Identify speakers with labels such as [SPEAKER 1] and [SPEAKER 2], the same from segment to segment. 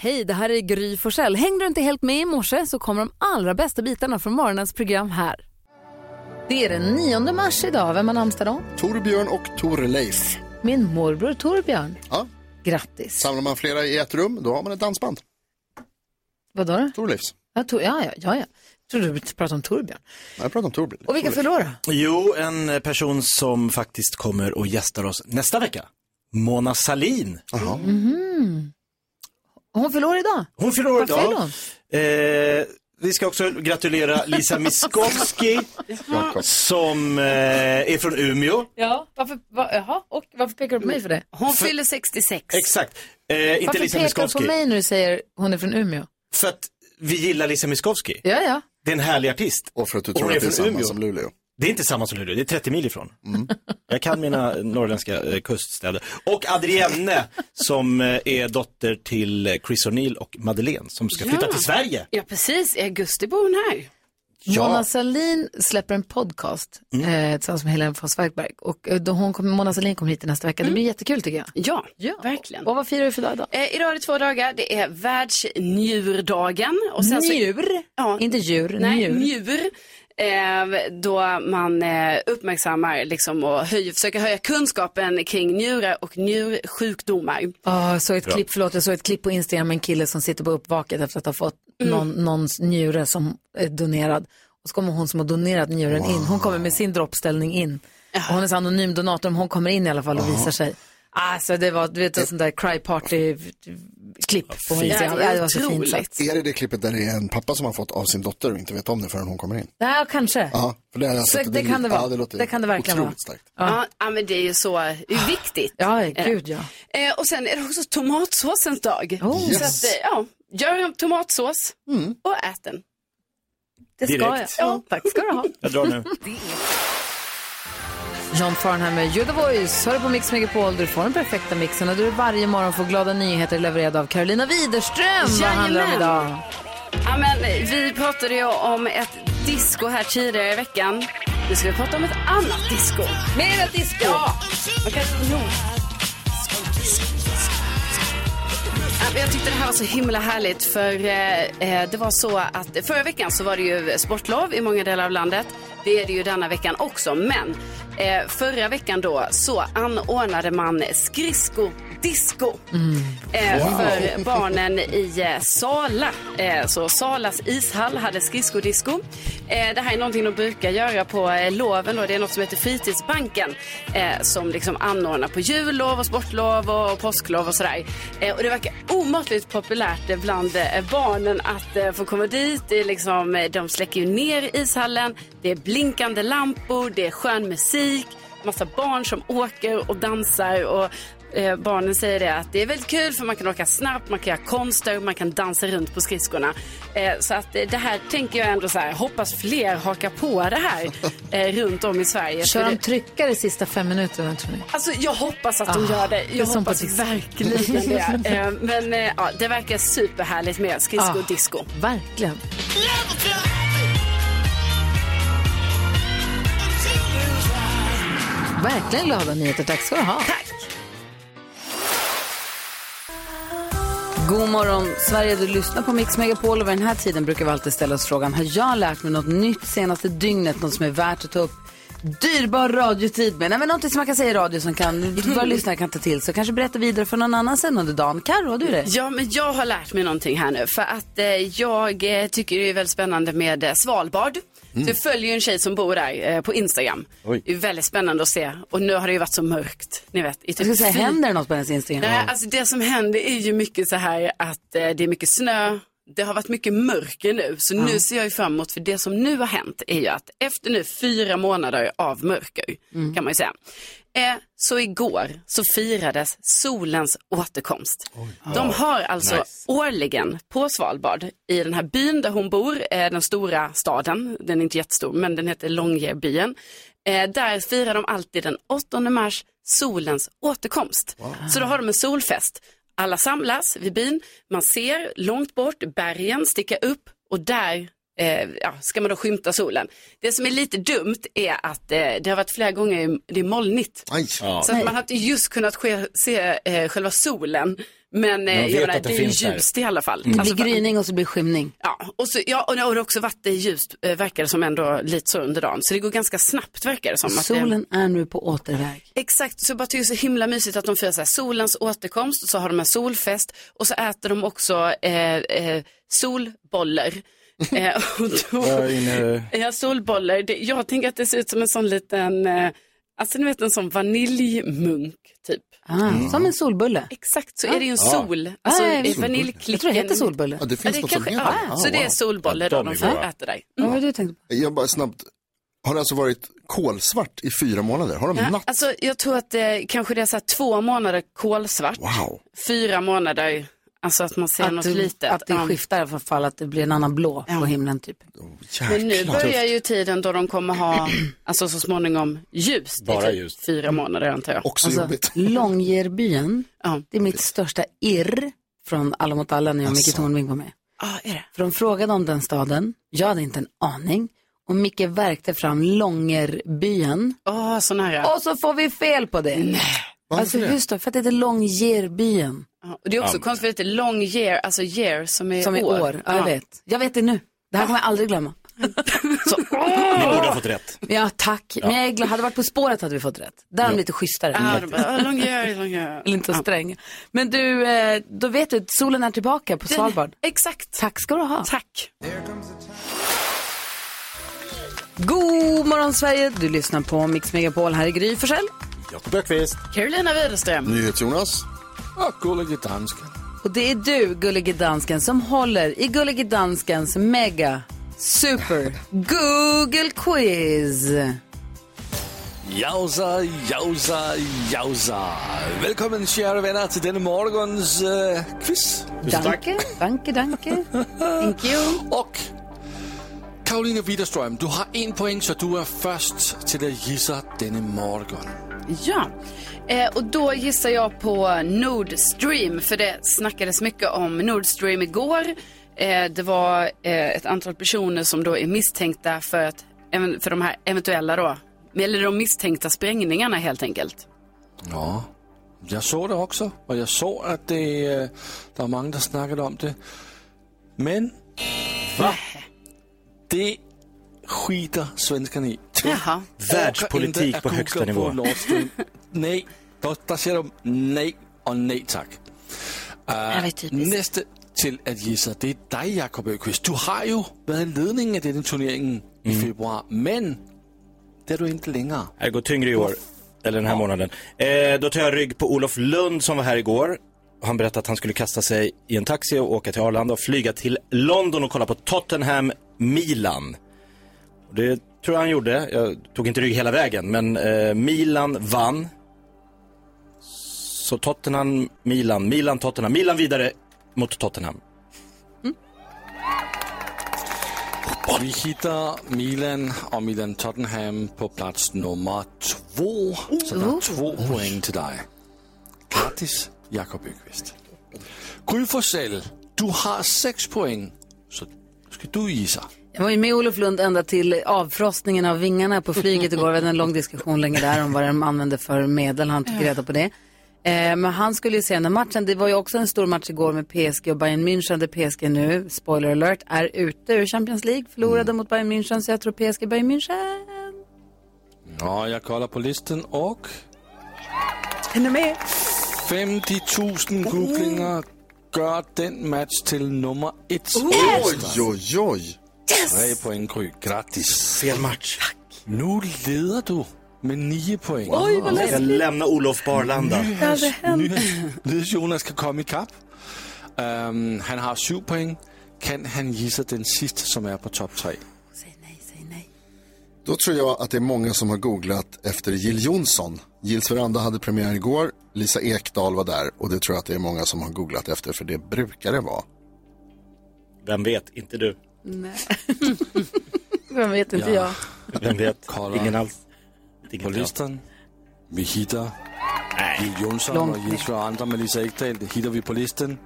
[SPEAKER 1] Hej, det här är Gry Forssell. Hängde du inte helt med i morse så kommer de allra bästa bitarna från morgonens program här. Det är den 9 mars idag. Vem har namnsdag då?
[SPEAKER 2] Torbjörn och Torleif.
[SPEAKER 1] Min morbror Torbjörn.
[SPEAKER 2] Ja.
[SPEAKER 1] Grattis.
[SPEAKER 2] Samlar man flera i ett rum, då har man ett dansband.
[SPEAKER 1] Vadå då?
[SPEAKER 2] Torleifs.
[SPEAKER 1] Ja, to- ja, ja, ja, ja. Tror du pratade om Torbjörn.
[SPEAKER 2] Jag pratar om Torbjörn.
[SPEAKER 1] Och vilka förlorar då?
[SPEAKER 3] Jo, en person som faktiskt kommer och gästar oss nästa vecka. Mona Salin.
[SPEAKER 2] Jaha.
[SPEAKER 1] Mm. Hon förlorar idag.
[SPEAKER 3] Hon fyller år
[SPEAKER 1] Varför
[SPEAKER 3] idag. Eh, vi ska också gratulera Lisa Miskovsky
[SPEAKER 2] Jakob.
[SPEAKER 3] som eh, är från Umeå.
[SPEAKER 4] Ja, varför, va, jaha, och varför pekar
[SPEAKER 1] Pekar du på mig för det?
[SPEAKER 4] Hon fyller 66.
[SPEAKER 3] Exakt. Eh, inte
[SPEAKER 1] Varför
[SPEAKER 3] Lisa
[SPEAKER 1] pekar du på
[SPEAKER 3] Miskovsky.
[SPEAKER 1] mig när du säger hon är från Umeå?
[SPEAKER 3] För att vi gillar Lisa Miskovsky.
[SPEAKER 1] Ja, ja.
[SPEAKER 3] Det är en härlig artist.
[SPEAKER 2] Och för att du
[SPEAKER 3] Och
[SPEAKER 2] tror
[SPEAKER 3] hon är
[SPEAKER 2] att det är
[SPEAKER 3] från
[SPEAKER 2] samma
[SPEAKER 3] Umeå.
[SPEAKER 2] som Luleå. Mm.
[SPEAKER 3] Det är inte samma som Luleå, det är 30 mil ifrån. Jag kan mina norrländska eh, kuststäder. Och Adrienne som eh, är dotter till eh, Chris O'Neill och Madeleine som ska flytta till Sverige.
[SPEAKER 4] Ja, precis. I augusti bor hon här.
[SPEAKER 1] Mona Sahlin släpper en podcast
[SPEAKER 4] Mm.
[SPEAKER 1] eh, tillsammans med Helene von Zweigbergk. Och eh, då hon kommer, Mona Sahlin kommer hit nästa vecka. Det
[SPEAKER 4] Mm.
[SPEAKER 1] blir jättekul tycker jag.
[SPEAKER 4] Ja, verkligen.
[SPEAKER 1] Och vad firar du för dag idag?
[SPEAKER 4] Eh, idag är det två dagar. Det är världsnjurdagen. Och sen så-
[SPEAKER 1] Njur?
[SPEAKER 4] Ja.
[SPEAKER 1] Inte djur,
[SPEAKER 4] Nej,
[SPEAKER 1] njur.
[SPEAKER 4] njur. Eh, då man eh, uppmärksammar liksom, och höjer, försöker höja kunskapen kring njurar och njursjukdomar.
[SPEAKER 1] Ah, jag såg ett klipp, förlåt, jag såg ett klipp på Instagram med en kille som sitter på uppvaket efter att ha fått
[SPEAKER 4] Mm.
[SPEAKER 1] någon, någons njure som är donerad. Och så kommer hon som har donerat njuren in, hon kommer med sin droppställning in. Och hon är så anonym donator, men hon kommer in i alla fall och visar sig. Alltså det var, du vet, ett sånt där cry party-klipp på
[SPEAKER 3] fint.
[SPEAKER 1] Instagram.
[SPEAKER 4] Ja, det är
[SPEAKER 1] Ja, det var så fint
[SPEAKER 4] otroligt.
[SPEAKER 1] sagt.
[SPEAKER 2] Är det det klippet där det är en pappa som har fått av sin dotter och inte vet om det förrän hon kommer in?
[SPEAKER 1] Ja, kanske.
[SPEAKER 2] Ja, för det, har jag
[SPEAKER 1] Så
[SPEAKER 2] sett och
[SPEAKER 1] det kan det vara.
[SPEAKER 2] Ja, det, låter
[SPEAKER 1] Det kan det verkligen
[SPEAKER 2] otroligt
[SPEAKER 1] vara.
[SPEAKER 2] starkt.
[SPEAKER 4] Ja. ja, men det är ju så det är ju viktigt.
[SPEAKER 1] Ja, gud ja.
[SPEAKER 4] Eh, och sen är det också tomatsåsens dag.
[SPEAKER 1] Oh. Mm.
[SPEAKER 4] Så att, eh, ja, gör en tomatsås och ät den.
[SPEAKER 1] Det ska jag.
[SPEAKER 3] Direkt.
[SPEAKER 1] Ja, tack ska du ha.
[SPEAKER 3] Jag drar nu.
[SPEAKER 1] John Farnham med You're the Voice. Hör du på Mix Megapol, du får den perfekta mixen och du varje morgon får glada nyheter levererade av Carolina Widerström. Vad handlar det om
[SPEAKER 4] Jajamän.
[SPEAKER 1] idag?
[SPEAKER 4] Ja, men, vi pratade ju om ett disco här tidigare i veckan. Nu ska vi prata om ett annat disco.
[SPEAKER 1] Mera disco!
[SPEAKER 4] Ja, man kan jo. Ja, men Jag tyckte det här var så himla härligt för eh, eh, det var så att förra veckan så var det ju sportlov i många delar av landet. Det är det ju denna veckan också men eh, förra veckan då så anordnade man skridsko-disco
[SPEAKER 1] Mm.
[SPEAKER 4] eh, för barnen i eh, Sala. Eh, så Salas ishall hade skridsko-disco. Eh, det här är någonting de brukar göra på eh, loven då. Det är något som heter Fritidsbanken eh, som liksom anordnar på jullov och sportlov och, och påsklov och sådär. Eh, och det verkar omåttligt populärt eh, bland eh, barnen att eh, få komma dit. Det är liksom, eh, de släcker ju ner ishallen, det är blinkande lampor, det är skön musik, massa barn som åker och dansar och Eh, barnen säger det att det är väldigt kul för man kan åka snabbt, man kan göra konster, man kan dansa runt på skridskorna. Eh, så att eh, det här tänker jag ändå så här, hoppas fler hakar på det här eh, runt om i Sverige.
[SPEAKER 1] Kör
[SPEAKER 4] För
[SPEAKER 1] de
[SPEAKER 4] det,
[SPEAKER 1] tryckare sista fem minuterna tror ni?
[SPEAKER 4] Alltså jag hoppas att de
[SPEAKER 1] Ah,
[SPEAKER 4] gör det.
[SPEAKER 1] det är
[SPEAKER 4] Jag
[SPEAKER 1] som på
[SPEAKER 4] hoppas
[SPEAKER 1] disk.
[SPEAKER 4] verkligen det. Eh, Men eh, ja, det verkar superhärligt med skridsko
[SPEAKER 1] Ah.
[SPEAKER 4] och disco.
[SPEAKER 1] Verkligen. Verkligen glada nyheter. Tack ska du ha.
[SPEAKER 4] Tack!
[SPEAKER 1] God morgon, Sverige. Du lyssnar på Mix Megapol och vid den här tiden brukar vi alltid ställa oss frågan, har jag lärt mig något nytt senaste dygnet, något som är värt att ta upp dyrbar radiotid med? Nej, men något som man kan säga i radio som kan, våra lyssnare kan ta till sig och kanske berätta vidare för någon annan sen under dagen. Carro, har du det?
[SPEAKER 4] Ja, men jag har lärt mig någonting här nu. För att eh, jag eh, tycker det är väldigt spännande med eh, Svalbard. Så jag följer ju en tjej som bor där eh, på Instagram.
[SPEAKER 2] Oj.
[SPEAKER 4] Det är väldigt spännande att se. Och nu har det ju varit så mörkt, ni vet. I typ
[SPEAKER 1] Jag skulle säga,
[SPEAKER 4] fyra-
[SPEAKER 1] händer det något på hennes Instagram?
[SPEAKER 4] Nej, alltså det som händer är ju mycket så här att eh, det är mycket snö. Det har varit mycket mörker nu, så nu ser jag ju fram emot, för det som nu har hänt är ju att efter nu fyra månader av mörker, kan man ju säga, eh, så igår så firades solens återkomst. De har alltså årligen på Svalbard, i den här byn där hon bor, eh, den stora staden, den är inte jättestor, men den heter Longyearbyen, Eh, där firar de alltid den 8 mars solens återkomst. Så då har de en solfest. Alla samlas vid byn, man ser långt bort bergen sticka upp och där eh, ja, ska man då skymta solen. Det som är lite dumt är att eh, det har varit flera gånger det är molnigt.
[SPEAKER 2] Aj.
[SPEAKER 4] Så att man har inte just kunnat ske, se eh, själva solen. Men eh,
[SPEAKER 3] vet
[SPEAKER 4] jag menar,
[SPEAKER 3] att det
[SPEAKER 4] det är ju
[SPEAKER 3] finns där.
[SPEAKER 4] ljust i alla fall.
[SPEAKER 1] Mm. Det
[SPEAKER 4] Alltså,
[SPEAKER 1] blir gryning och så blir skymning.
[SPEAKER 4] Ja, och, så, ja, och det har också varit eh, ljust, eh, verkar det som ändå lite så under dagen. Så det går ganska snabbt verkar det som. att det-
[SPEAKER 1] Solen är nu på återväg.
[SPEAKER 4] Exakt, så jag bara tycker det är så himla mysigt att de firar så här solens återkomst, och så har de en solfest och så äter de också eh, eh, solbollar. Eh, och då,
[SPEAKER 3] Vad är
[SPEAKER 2] Eh,
[SPEAKER 3] inne-
[SPEAKER 4] ja, solbollar, det, jag tänker att det ser ut som en sån liten, eh, alltså ni vet en sån vaniljmunk typ.
[SPEAKER 1] Ah,
[SPEAKER 2] Mm.
[SPEAKER 1] Som en solbulle.
[SPEAKER 4] Exakt, så är det ju en sol, alltså
[SPEAKER 1] Ah, ja,
[SPEAKER 4] i
[SPEAKER 1] visst.
[SPEAKER 4] vaniljklicken.
[SPEAKER 1] Jag tror det heter solbulle.
[SPEAKER 2] Ja, det
[SPEAKER 4] Ja,
[SPEAKER 2] finns
[SPEAKER 4] det
[SPEAKER 2] något som
[SPEAKER 4] kanske,
[SPEAKER 2] heter
[SPEAKER 4] ja,
[SPEAKER 2] Ah,
[SPEAKER 4] så det är
[SPEAKER 2] wow.
[SPEAKER 4] solbollar
[SPEAKER 3] Ja,
[SPEAKER 4] då
[SPEAKER 3] de är
[SPEAKER 4] de får
[SPEAKER 3] goda.
[SPEAKER 4] äta där.
[SPEAKER 1] Vad var det du tänkte på?
[SPEAKER 2] Jag bara snabbt, har det alltså varit kolsvart i fyra månader? Har de
[SPEAKER 4] Ja,
[SPEAKER 2] natt?
[SPEAKER 4] alltså, jag tror att eh, kanske det är så här två månader kolsvart,
[SPEAKER 2] Wow.
[SPEAKER 4] fyra månader, alltså att man ser något
[SPEAKER 1] du-
[SPEAKER 4] litet.
[SPEAKER 1] att det
[SPEAKER 4] Ja.
[SPEAKER 1] skiftar i alla fall, att det blir en annan blå på himlen typ.
[SPEAKER 2] Jäklar.
[SPEAKER 4] Men nu börjar ju tiden då de kommer ha, alltså så småningom, ljus. Det är
[SPEAKER 3] Bara
[SPEAKER 4] typ
[SPEAKER 3] ljus.
[SPEAKER 4] Fyra månader antar jag.
[SPEAKER 2] Också
[SPEAKER 1] Alltså,
[SPEAKER 2] jobbigt.
[SPEAKER 1] Långerbyen,
[SPEAKER 4] Ja,
[SPEAKER 1] det är mitt största irr från Alla mot alla när jag och Micke Tornving var med.
[SPEAKER 4] ah, är det?
[SPEAKER 1] För de frågade om den staden, jag hade inte en aning. Och Micke värkte fram Långerbyen.
[SPEAKER 4] Åh, så nära.
[SPEAKER 1] Och så får vi fel på det. Nej. Alltså hur står För att det heter Långerbyen.
[SPEAKER 4] Ja, och det är också konstigt för det heter long year, alltså year som är
[SPEAKER 1] Som i
[SPEAKER 4] år.
[SPEAKER 1] år. Ja, jag vet. Jag vet det nu. Det här kommer jag aldrig glömma.
[SPEAKER 3] Ni borde ha fått rätt.
[SPEAKER 1] Ja, tack. Men jag är glad. Hade det varit På spåret hade vi fått rätt. Där är de lite schysstare.
[SPEAKER 4] Ja, de bara, ah, long year, long year.
[SPEAKER 1] Eller inte så sträng. Men du, eh, då vet du att solen är tillbaka på Svalbard.
[SPEAKER 4] Exakt.
[SPEAKER 1] Tack ska du ha.
[SPEAKER 4] Tack.
[SPEAKER 1] God morgon Sverige, du lyssnar på Mix Megapol. Här är Gry Forssell.
[SPEAKER 3] Jakob Öqvist.
[SPEAKER 4] Carolina Widerström.
[SPEAKER 2] NyhetsJonas.
[SPEAKER 5] Ja, gullige dansken.
[SPEAKER 1] Och det är du, Gullige Dansken, som håller i Gullige Danskens mega super Google Quiz.
[SPEAKER 5] Jausa, jausa, jausa. Velkommen, kjære venner, til denne morgens øh, quiz.
[SPEAKER 1] Danke, danke, danke. Thank you.
[SPEAKER 5] Og Karoline Widerstrøm, du har en point, så du er først til at gisse denne morgen.
[SPEAKER 4] Ja, eh, och då gissar jag på Nord Stream, för det snackades mycket om Nord Stream igår. Eh, det var eh, ett antal personer som då är misstänkta för, att, även för de här eventuella då, eller de misstänkta sprängningarna helt enkelt.
[SPEAKER 5] Ja, jeg så det også, og jeg så, at det, øh, der er mange, der snakkede om det. Men
[SPEAKER 3] Va?
[SPEAKER 5] det skiter svenskerne i.
[SPEAKER 4] Jaha.
[SPEAKER 3] Världspolitik
[SPEAKER 5] Orkar
[SPEAKER 3] på
[SPEAKER 5] inte
[SPEAKER 3] högsta
[SPEAKER 5] googla
[SPEAKER 3] nivå.
[SPEAKER 5] på Nord Stream. nej, då, där säger de nej och nej Ah, tack.
[SPEAKER 4] Det var typiskt.
[SPEAKER 5] Nästa till att gissa, det är dig Jakob Öqvist. Du har ju varit i ledningen av denna turneringen i februari, men det är du inte längre.
[SPEAKER 3] Det går tyngre i år. Eller den här månaden. Eh, då tar jag rygg på Olof Lund som var här igår. Han berättade att han skulle kasta sig i en taxi och åka till Arlanda och flyga till London och kolla på Tottenham, Milan. Och det tror jag han gjorde. Jag tog inte rygg hela vägen, men eh, Milan vann. Så Tottenham, Milan, Milan, Tottenham, Milan vidare mot Tottenham.
[SPEAKER 5] Vi hittar Milan och Milan Tottenham på plats nummer två. Så det är två poäng till dig. Grattis Jakob Öqvist. Gry Forssell, du har sex poäng. Så ska du gissa.
[SPEAKER 1] Jag var ju med Olof Lund ända till avfrostningen av vingarna på flyget igår. Vi hade en lång diskussion länge där om vad de använde för medel. Han tog reda på det. Eh, men han skulle ju se den här matchen. Det var ju också en stor match igår med PSG och Bayern München där PSG nu, spoiler alert, är ute ur Champions League. Förlorade mot Bayern München så jag tror PSG Bayern München.
[SPEAKER 5] Ja, jag kollar på listan och
[SPEAKER 1] Är ni med?
[SPEAKER 5] 50 000 googlingar gör den match till nummer ett.
[SPEAKER 2] Oj, oj, oj.
[SPEAKER 5] Tre poäng Gry, grattis.
[SPEAKER 3] Fel match.
[SPEAKER 5] Nu leder du med nio poäng.
[SPEAKER 3] Jag lämnar Olof på Arlanda.
[SPEAKER 5] Nyheds Jonas kan komma ikapp. Um, han har sju poäng. Kan han gissa den sista som är på topp tre?
[SPEAKER 1] Säg nej, säg nej.
[SPEAKER 2] Då tror jag att det är många som har googlat efter Jill Johnson. Jills veranda hade premiär igår. Lisa Ekdahl var där och det tror jag att det är många som har googlat efter för det brukar det vara.
[SPEAKER 3] Vem vet? Inte du.
[SPEAKER 1] Vem vet inte jag.
[SPEAKER 3] Vem vet?
[SPEAKER 5] Kolla.
[SPEAKER 3] Ingen alls.
[SPEAKER 5] På
[SPEAKER 3] Ingen alls.
[SPEAKER 5] listan. Vi hittar Jill Johnson
[SPEAKER 1] Långt
[SPEAKER 5] och Jens Verandra med Lisa Ekdahl. Det hittar vi på listan.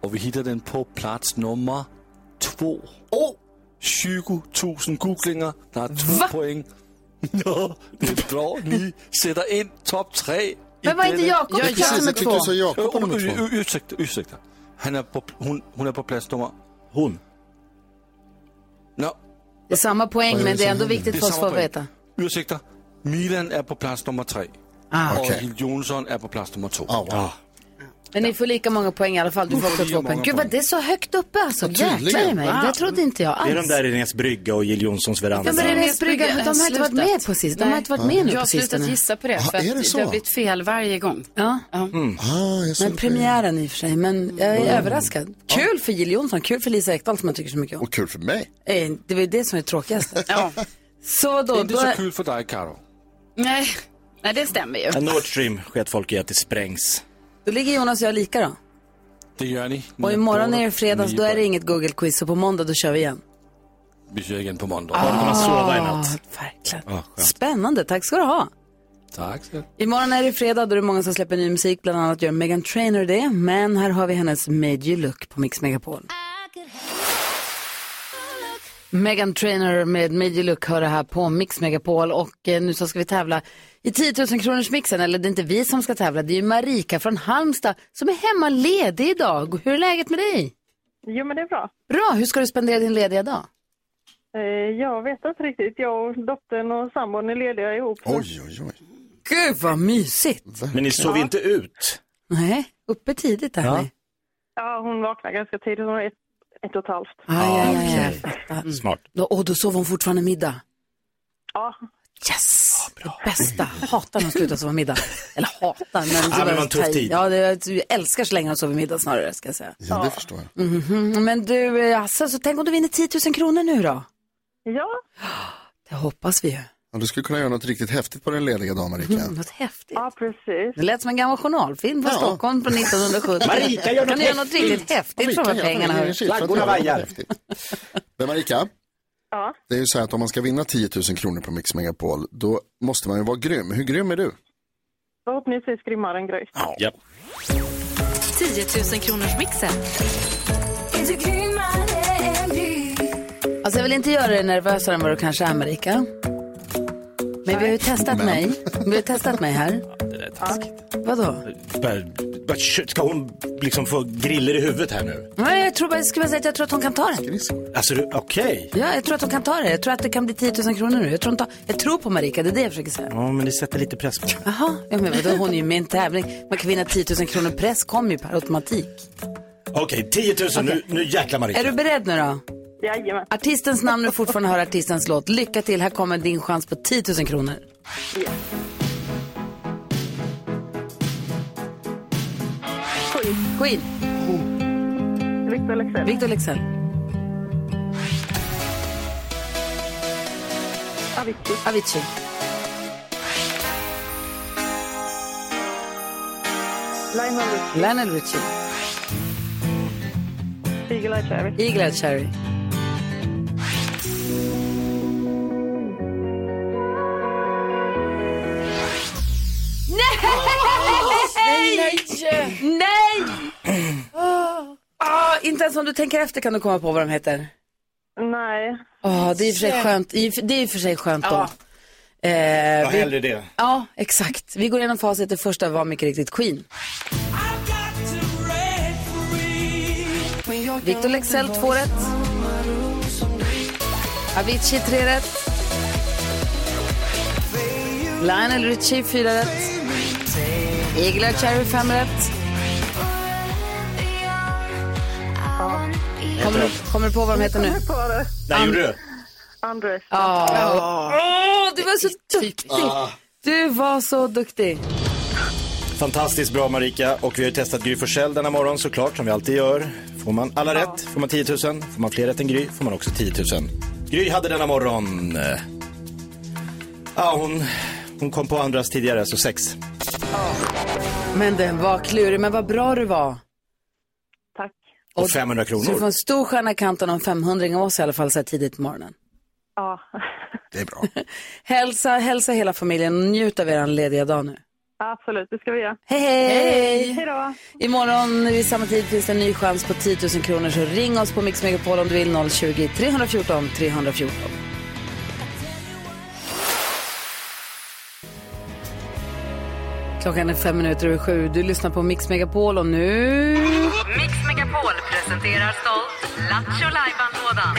[SPEAKER 5] Och vi hittar den på plats nummer två. Oh! 20 000 googlingar. Det är två poäng. Ja, det är bra. Ni sätter in topp tre
[SPEAKER 1] Men var inte Jakob
[SPEAKER 2] Ja,
[SPEAKER 1] i
[SPEAKER 2] precis,
[SPEAKER 1] plats nummer
[SPEAKER 2] jag tyckte du
[SPEAKER 1] två?
[SPEAKER 2] sa Jakob på
[SPEAKER 5] Ö-
[SPEAKER 2] nummer
[SPEAKER 5] ö-
[SPEAKER 2] två.
[SPEAKER 5] ö- Ursäkta, ursäkta. Han är på, hon, hon är på plats nummer...
[SPEAKER 3] Hon.
[SPEAKER 5] No,
[SPEAKER 1] Det är samma poäng,
[SPEAKER 2] Vad är
[SPEAKER 1] men
[SPEAKER 2] det
[SPEAKER 1] det är
[SPEAKER 2] som
[SPEAKER 1] ändå
[SPEAKER 2] händer?
[SPEAKER 1] viktigt
[SPEAKER 5] det
[SPEAKER 1] för
[SPEAKER 5] är
[SPEAKER 1] oss
[SPEAKER 5] samma
[SPEAKER 1] för att
[SPEAKER 5] poäng.
[SPEAKER 1] veta.
[SPEAKER 5] Ursäkta, Milan är på plats nummer tre.
[SPEAKER 1] Ah.
[SPEAKER 5] Och
[SPEAKER 2] Okej.
[SPEAKER 5] Jill Johnson är på plats nummer Ah. två.
[SPEAKER 2] Ja, wow.
[SPEAKER 1] Men ni får lika många poäng i alla fall. Du får också
[SPEAKER 5] lika
[SPEAKER 1] två poäng.
[SPEAKER 5] många
[SPEAKER 1] Gud, vad
[SPEAKER 5] poäng.
[SPEAKER 1] det är så högt uppe alltså.
[SPEAKER 2] tydligen.
[SPEAKER 1] Jäklar i mig. Det trodde inte jag
[SPEAKER 3] Det är de
[SPEAKER 1] alls.
[SPEAKER 3] där i Renés brygga och Jill Johnsons veranda.
[SPEAKER 1] Ja, men det är
[SPEAKER 4] Ja.
[SPEAKER 1] deras brygga. De har inte varit med på sist. De har
[SPEAKER 4] Nej.
[SPEAKER 1] inte varit med nu
[SPEAKER 4] Jag
[SPEAKER 1] på
[SPEAKER 4] har slutat
[SPEAKER 1] sistone.
[SPEAKER 4] gissa på det för
[SPEAKER 2] Ja, är det
[SPEAKER 4] att
[SPEAKER 2] så?
[SPEAKER 4] det har blivit fel varje gång.
[SPEAKER 1] Ja.
[SPEAKER 3] Mm.
[SPEAKER 2] Ah, jag ser
[SPEAKER 1] Men
[SPEAKER 2] det.
[SPEAKER 1] premiären i och för sig, men jag är överraskad. Kul för Jill Johnson, kul för Lisa Ekdahl som jag tycker så mycket om.
[SPEAKER 2] Och kul för mig.
[SPEAKER 1] Eh, Det var ju det som är tråkigast.
[SPEAKER 4] Ja.
[SPEAKER 1] Så då,
[SPEAKER 5] Inte
[SPEAKER 1] då
[SPEAKER 5] så kul för dig, Karo.
[SPEAKER 4] Nej. Nej, det stämmer ju.
[SPEAKER 3] Ja, Nord Stream sket folk i att det sprängs.
[SPEAKER 1] då ligger Jonas och jag lika då.
[SPEAKER 5] Det gör ni. ni
[SPEAKER 1] Och imorgon
[SPEAKER 5] båda
[SPEAKER 1] är det fredags,
[SPEAKER 5] nio
[SPEAKER 1] då är det
[SPEAKER 5] poäng.
[SPEAKER 1] inget Google-quiz. Så på måndag då kör vi igen.
[SPEAKER 5] Vi kör igen på måndag.
[SPEAKER 3] Då kan man sova i natt.
[SPEAKER 1] verkligen.
[SPEAKER 5] Ah,
[SPEAKER 3] Ja, skönt.
[SPEAKER 1] Spännande, tack ska du ha.
[SPEAKER 5] Tack så
[SPEAKER 1] Imorgon är det fredag då det är många som släpper ny musik, bland annat gör Megan Trainor det. Men här har vi hennes Made You Look på Mix Megapol. Megan Trainor med Made You Look hör det här på Mix Megapol och eh, nu så ska vi tävla i 10 000 kronors mixen eller det är inte vi som ska tävla, det är ju Marika från Halmstad som är hemma ledig idag. Hur är läget med dig?
[SPEAKER 6] Jo, men det är bra.
[SPEAKER 1] Bra, hur ska du spendera din lediga dag?
[SPEAKER 6] Eh, Jag vet inte riktigt. Jag och dottern och sambon är lediga ihop.
[SPEAKER 2] Oj, oj, oj.
[SPEAKER 1] Gud vad mysigt!
[SPEAKER 3] Men ni sov inte ut?
[SPEAKER 1] Nej, uppe tidigt där. Ja.
[SPEAKER 6] Ja, hon vaknar ganska tidigt. Hon är ett, ett och ett halvt.
[SPEAKER 1] Aj, aj, aj,
[SPEAKER 3] okej.
[SPEAKER 1] jag fattar.
[SPEAKER 3] Smart.
[SPEAKER 1] Då- Åh, då sov hon fortfarande middag.
[SPEAKER 6] Ja,
[SPEAKER 1] Yes! Det bästa. Hatar när de slutar sova middag. Eller hatar, men...
[SPEAKER 3] men det var en tuff
[SPEAKER 1] ta i.
[SPEAKER 3] tid.
[SPEAKER 1] Ja, det, jag älskar så länge de sover middag snarare, ska jag säga.
[SPEAKER 2] Ja, det förstår jag.
[SPEAKER 1] Mhm, Men du, eh, alltså, så tänk om du vinner 10 000 kronor nu då?
[SPEAKER 6] ja,
[SPEAKER 1] Det hoppas vi ju.
[SPEAKER 2] Ja, du skulle kunna göra något riktigt häftigt på den lediga dagen, Marika.
[SPEAKER 1] Mm, något häftigt.
[SPEAKER 6] ja precis.
[SPEAKER 1] Det lät som en gammal journalfilm från
[SPEAKER 2] Ja.
[SPEAKER 1] Stockholm från 1970.
[SPEAKER 3] Marika, gör
[SPEAKER 1] kan
[SPEAKER 3] något
[SPEAKER 1] du göra något riktigt häftigt för de här pengarna? hörru?
[SPEAKER 2] Flaggorna vajar. Men Marika,
[SPEAKER 6] Ja.
[SPEAKER 2] det är ju så här att om man ska vinna 10 000 kronor på Mix Megapol, då måste man ju vara grym. Hur grym är du?
[SPEAKER 6] Förhoppningsvis grymmare än Gry.
[SPEAKER 3] Ja.
[SPEAKER 7] 10 000 kronors mixen.
[SPEAKER 1] Alltså jag vill inte göra dig nervösare än vad du kanske är Marika. Men vi har ju testat mig. Vi har ju testat mig här.
[SPEAKER 3] Det där är taskigt.
[SPEAKER 1] Vadå?
[SPEAKER 3] Bara- bara kö- Ska hon liksom få griller i huvudet här nu?
[SPEAKER 1] Nej, jag tror bara, jag skulle bara säga att jag tror att hon kan ta det.
[SPEAKER 3] Alltså, du- okej.
[SPEAKER 1] Ja, jag tror att hon kan ta det. Jag tror att det kan bli 10 000 kronor nu. Jag tror, hon tar, jag tror på Marika, det är det jag försöker säga.
[SPEAKER 3] Ja, men det sätter lite press på mig.
[SPEAKER 1] Jaha, ja, men vadå, hon är ju med i en tävling. Man kan vinna 10 000 kronor. Press kommer ju per automatik.
[SPEAKER 3] Okej, 10 000. Nu, nu jäklar Marika.
[SPEAKER 1] Är du beredd nu då?
[SPEAKER 6] Jajamän.
[SPEAKER 1] Artistens namn och fortfarande höra artistens låt. Lycka till, här kommer din chans på 10 000 kronor. Queen,
[SPEAKER 6] Victor Lexell.
[SPEAKER 1] Victor Leksell,
[SPEAKER 6] Avicii.
[SPEAKER 1] Avicii,
[SPEAKER 6] Lionel Richie.
[SPEAKER 1] Lionel Richie,
[SPEAKER 6] Eagle Eye Cherry.
[SPEAKER 1] Eagle-Eyed Cherry, Nej! Ah, inte ens om du tänker efter kan du komma på vad de heter.
[SPEAKER 6] Nej.
[SPEAKER 1] Ah, det är i och för sig skönt, i- det är i och för sig skönt då.
[SPEAKER 3] Ja,
[SPEAKER 1] Eh, vi,
[SPEAKER 3] hellre det.
[SPEAKER 1] ja, exakt. Vi går igenom facit. Det första var mycket riktigt Queen. Victor Leksell, två rätt. Avicii, tre rätt. Lionel Richie, fyra rätt. Eagle-Eye Cherry, fem rätt. Kommer du, kommer du på vad de heter nu?
[SPEAKER 6] Vad var det?
[SPEAKER 3] Nej, gjorde du?
[SPEAKER 6] Andres.
[SPEAKER 1] Åh, du var så duktig! Du var så duktig.
[SPEAKER 3] Fantastiskt bra Marika. Och vi har ju testat Gry Forssell denna morgon såklart, som vi alltid gör. Får man alla rätt får man 10 000. Får man fler rätt än Gry får man också 10 000. Gry hade denna morgon... eh, Ja, hon, hon kom på andras tidigare, så sex.
[SPEAKER 1] Men den var klurig, men vad bra du var.
[SPEAKER 6] Tack.
[SPEAKER 3] Och 500
[SPEAKER 1] Så du får
[SPEAKER 3] kronor.
[SPEAKER 1] en stor stjärna i kanten om 500 av oss i alla fall så här tidigt på morgonen.
[SPEAKER 6] Ja.
[SPEAKER 2] Det är bra.
[SPEAKER 1] Hälsa, hälsa hela familjen och njut av er lediga dag nu.
[SPEAKER 6] Absolut, det ska vi göra.
[SPEAKER 1] Hej, hej!
[SPEAKER 6] Hej då.
[SPEAKER 1] Imorgon vid samma tid finns det en ny chans på 10 000 kronor så ring oss på Mix Megapol om du vill 020-314 314. 314. Klockan är fem minuter över sju. Du lyssnar på Mix Megapol och nu...
[SPEAKER 8] Mix Megapol presenterar stolt Lattjo Lajban-lådan.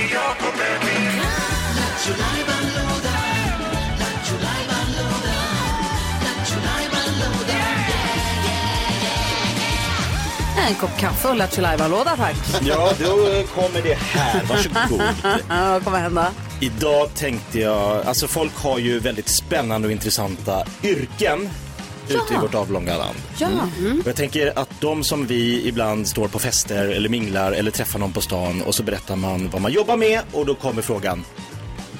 [SPEAKER 1] En kopp kaffe och Lattjo Lajban-låda, tack.
[SPEAKER 3] Ja, då kommer det här. Varsågod.
[SPEAKER 1] Vad kommer hända?
[SPEAKER 3] Idag tänkte jag, alltså folk har ju väldigt spännande och intressanta yrken ute i vårt avlånga land. Mm.
[SPEAKER 1] Ja. Mm.
[SPEAKER 3] Och jag tänker att de som vi ibland står på fester eller minglar eller träffar någon på stan och så berättar man vad man jobbar med och då kommer frågan.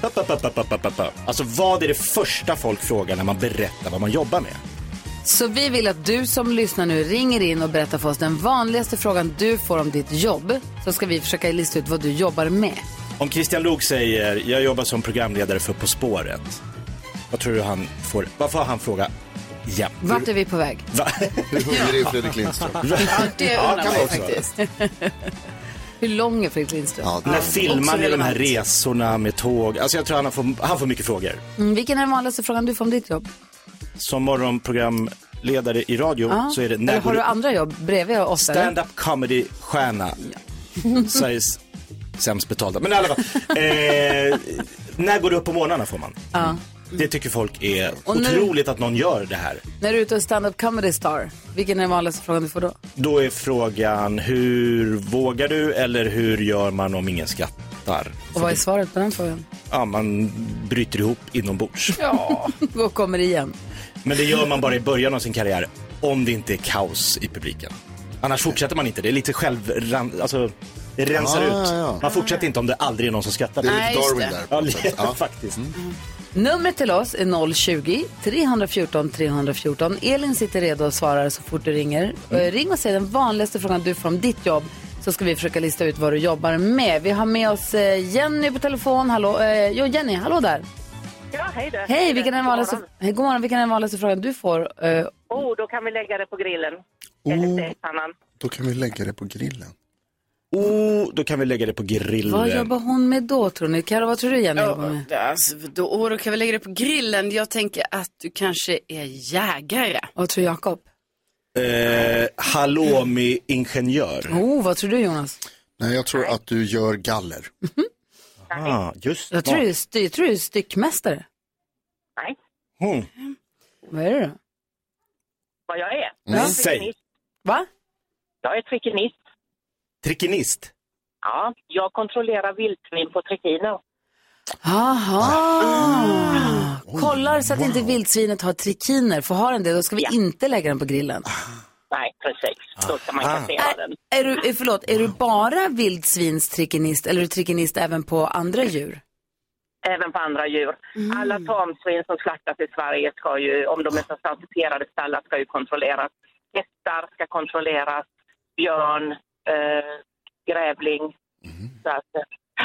[SPEAKER 3] Pop, pop, pop, pop, pop, pop, pop. Alltså vad är det första folk frågar när man berättar vad man jobbar med?
[SPEAKER 1] Så vi vill att du som lyssnar nu ringer in och berättar för oss den vanligaste frågan du får om ditt jobb. Så ska vi försöka lista ut vad du jobbar med.
[SPEAKER 3] Om Christian Lok säger jag jobbar som programledare för På spåret. Vad tror du han får, vad får han fråga? Ja.
[SPEAKER 1] Vart är vi på väg?
[SPEAKER 3] Va?
[SPEAKER 2] Hur hungrig är Fredrik Lindström?
[SPEAKER 4] Det
[SPEAKER 3] Ja,
[SPEAKER 4] undrar
[SPEAKER 3] kan
[SPEAKER 4] man
[SPEAKER 3] också.
[SPEAKER 4] faktiskt.
[SPEAKER 1] Hur lång är Fredrik Lindström?
[SPEAKER 2] Ja,
[SPEAKER 3] När filmar ni de här
[SPEAKER 4] relevant.
[SPEAKER 3] resorna med tåg? Alltså jag tror han får, han får mycket frågor.
[SPEAKER 1] Mm, vilken är den vanligaste frågan du får om ditt jobb?
[SPEAKER 3] Som morgonprogramledare i radio
[SPEAKER 1] Ja.
[SPEAKER 3] så är det
[SPEAKER 1] eller
[SPEAKER 3] när
[SPEAKER 1] har
[SPEAKER 3] går
[SPEAKER 1] du
[SPEAKER 3] du
[SPEAKER 1] andra jobb bredvid oss? eller?
[SPEAKER 3] stand-up comedy-stjärna. Sveriges sämst betalda. Men i alla fall. Eh, när går du upp på morgnarna får man.
[SPEAKER 1] Ja.
[SPEAKER 3] Det tycker folk är
[SPEAKER 1] Och nu-
[SPEAKER 3] otroligt att någon gör det här.
[SPEAKER 1] När du är ute och stand-up comedy star, vilken är den vanligaste frågan du får då?
[SPEAKER 3] Då är frågan hur vågar du eller hur gör man om ingen skrattar?
[SPEAKER 1] Och vad är svaret på den frågan?
[SPEAKER 3] Ja, man bryter ihop inombords.
[SPEAKER 1] Och kommer igen.
[SPEAKER 3] Men det gör man bara i början av sin karriär om det inte är kaos i publiken. Annars fortsätter man inte. Det är lite själv... Alltså, det rensar
[SPEAKER 2] Ah,
[SPEAKER 3] ut.
[SPEAKER 2] ja.
[SPEAKER 3] Man fortsätter inte om det aldrig är någon som skrattar.
[SPEAKER 2] Det är
[SPEAKER 4] Nej,
[SPEAKER 2] lite
[SPEAKER 4] just
[SPEAKER 2] Darwin
[SPEAKER 4] det.
[SPEAKER 2] där. på
[SPEAKER 3] Ja,
[SPEAKER 2] något sätt. Ja. Mm.
[SPEAKER 3] faktiskt.
[SPEAKER 1] Numret till oss är 020-314 314. Elin sitter redo och svarar så fort du ringer. Eh, Ring och säg den vanligaste frågan du får om ditt jobb så ska vi försöka lista ut vad du jobbar med. Vi har med oss eh, Jenny på telefon. Hallå, eh, jo, Jenny, hallå där.
[SPEAKER 9] Ja, hej där.
[SPEAKER 1] Hej, vilken är den
[SPEAKER 9] God
[SPEAKER 1] vanligaste,
[SPEAKER 9] morgon.
[SPEAKER 1] hej, god morgon, vilken är den vanligaste frågan du får? Eh,
[SPEAKER 9] Oh, då kan vi lägga det på grillen.
[SPEAKER 2] Oh.
[SPEAKER 9] Eller stekpannan.
[SPEAKER 2] Då kan vi lägga det på grillen.
[SPEAKER 3] Oh, då kan vi lägga det på grillen.
[SPEAKER 1] vad jobbar hon med då tror ni? Karo, vad tror du Jenny jobbar med?
[SPEAKER 4] Ja, alltså, då, åh, då kan vi lägga det på grillen. Jag tänker att du kanske är jägare.
[SPEAKER 1] Vad tror Jakob?
[SPEAKER 3] Eh, Halloumi-ingenjör.
[SPEAKER 1] Oh, vad tror du Jonas?
[SPEAKER 2] Nej, jag tror att du gör galler.
[SPEAKER 3] Ah, just
[SPEAKER 1] Mhm. Jag tror du är, sty- jag tror du är styckmästare.
[SPEAKER 9] Nej,
[SPEAKER 3] Mm.
[SPEAKER 1] Vad är du då?
[SPEAKER 9] vad jag är.
[SPEAKER 3] Mm.
[SPEAKER 9] Jag är
[SPEAKER 3] Säg.
[SPEAKER 9] trickinist.
[SPEAKER 1] Va?
[SPEAKER 9] Jag är trickinist.
[SPEAKER 3] Trikinist.
[SPEAKER 9] Ja, jag kontrollerar vildsvin på trikiner.
[SPEAKER 1] Aha! Kollar så att inte vildsvinet har trikiner. För har den det, då ska vi inte lägga den på grillen.
[SPEAKER 9] Nej, precis. Då ska man
[SPEAKER 3] Aha.
[SPEAKER 9] kassera den.
[SPEAKER 1] Är du, eh, förlåt, är du bara vildsvinstrikinist eller är du trikinist även på andra djur?
[SPEAKER 9] Även på andra djur.
[SPEAKER 1] Mm.
[SPEAKER 9] Alla tamsvin som slaktas i Sverige ska ju, om de är från certifierade stallar, ska ju kontrolleras. Hästar ska kontrolleras. Björn, eh, grävling.
[SPEAKER 3] Mm.
[SPEAKER 9] Så att,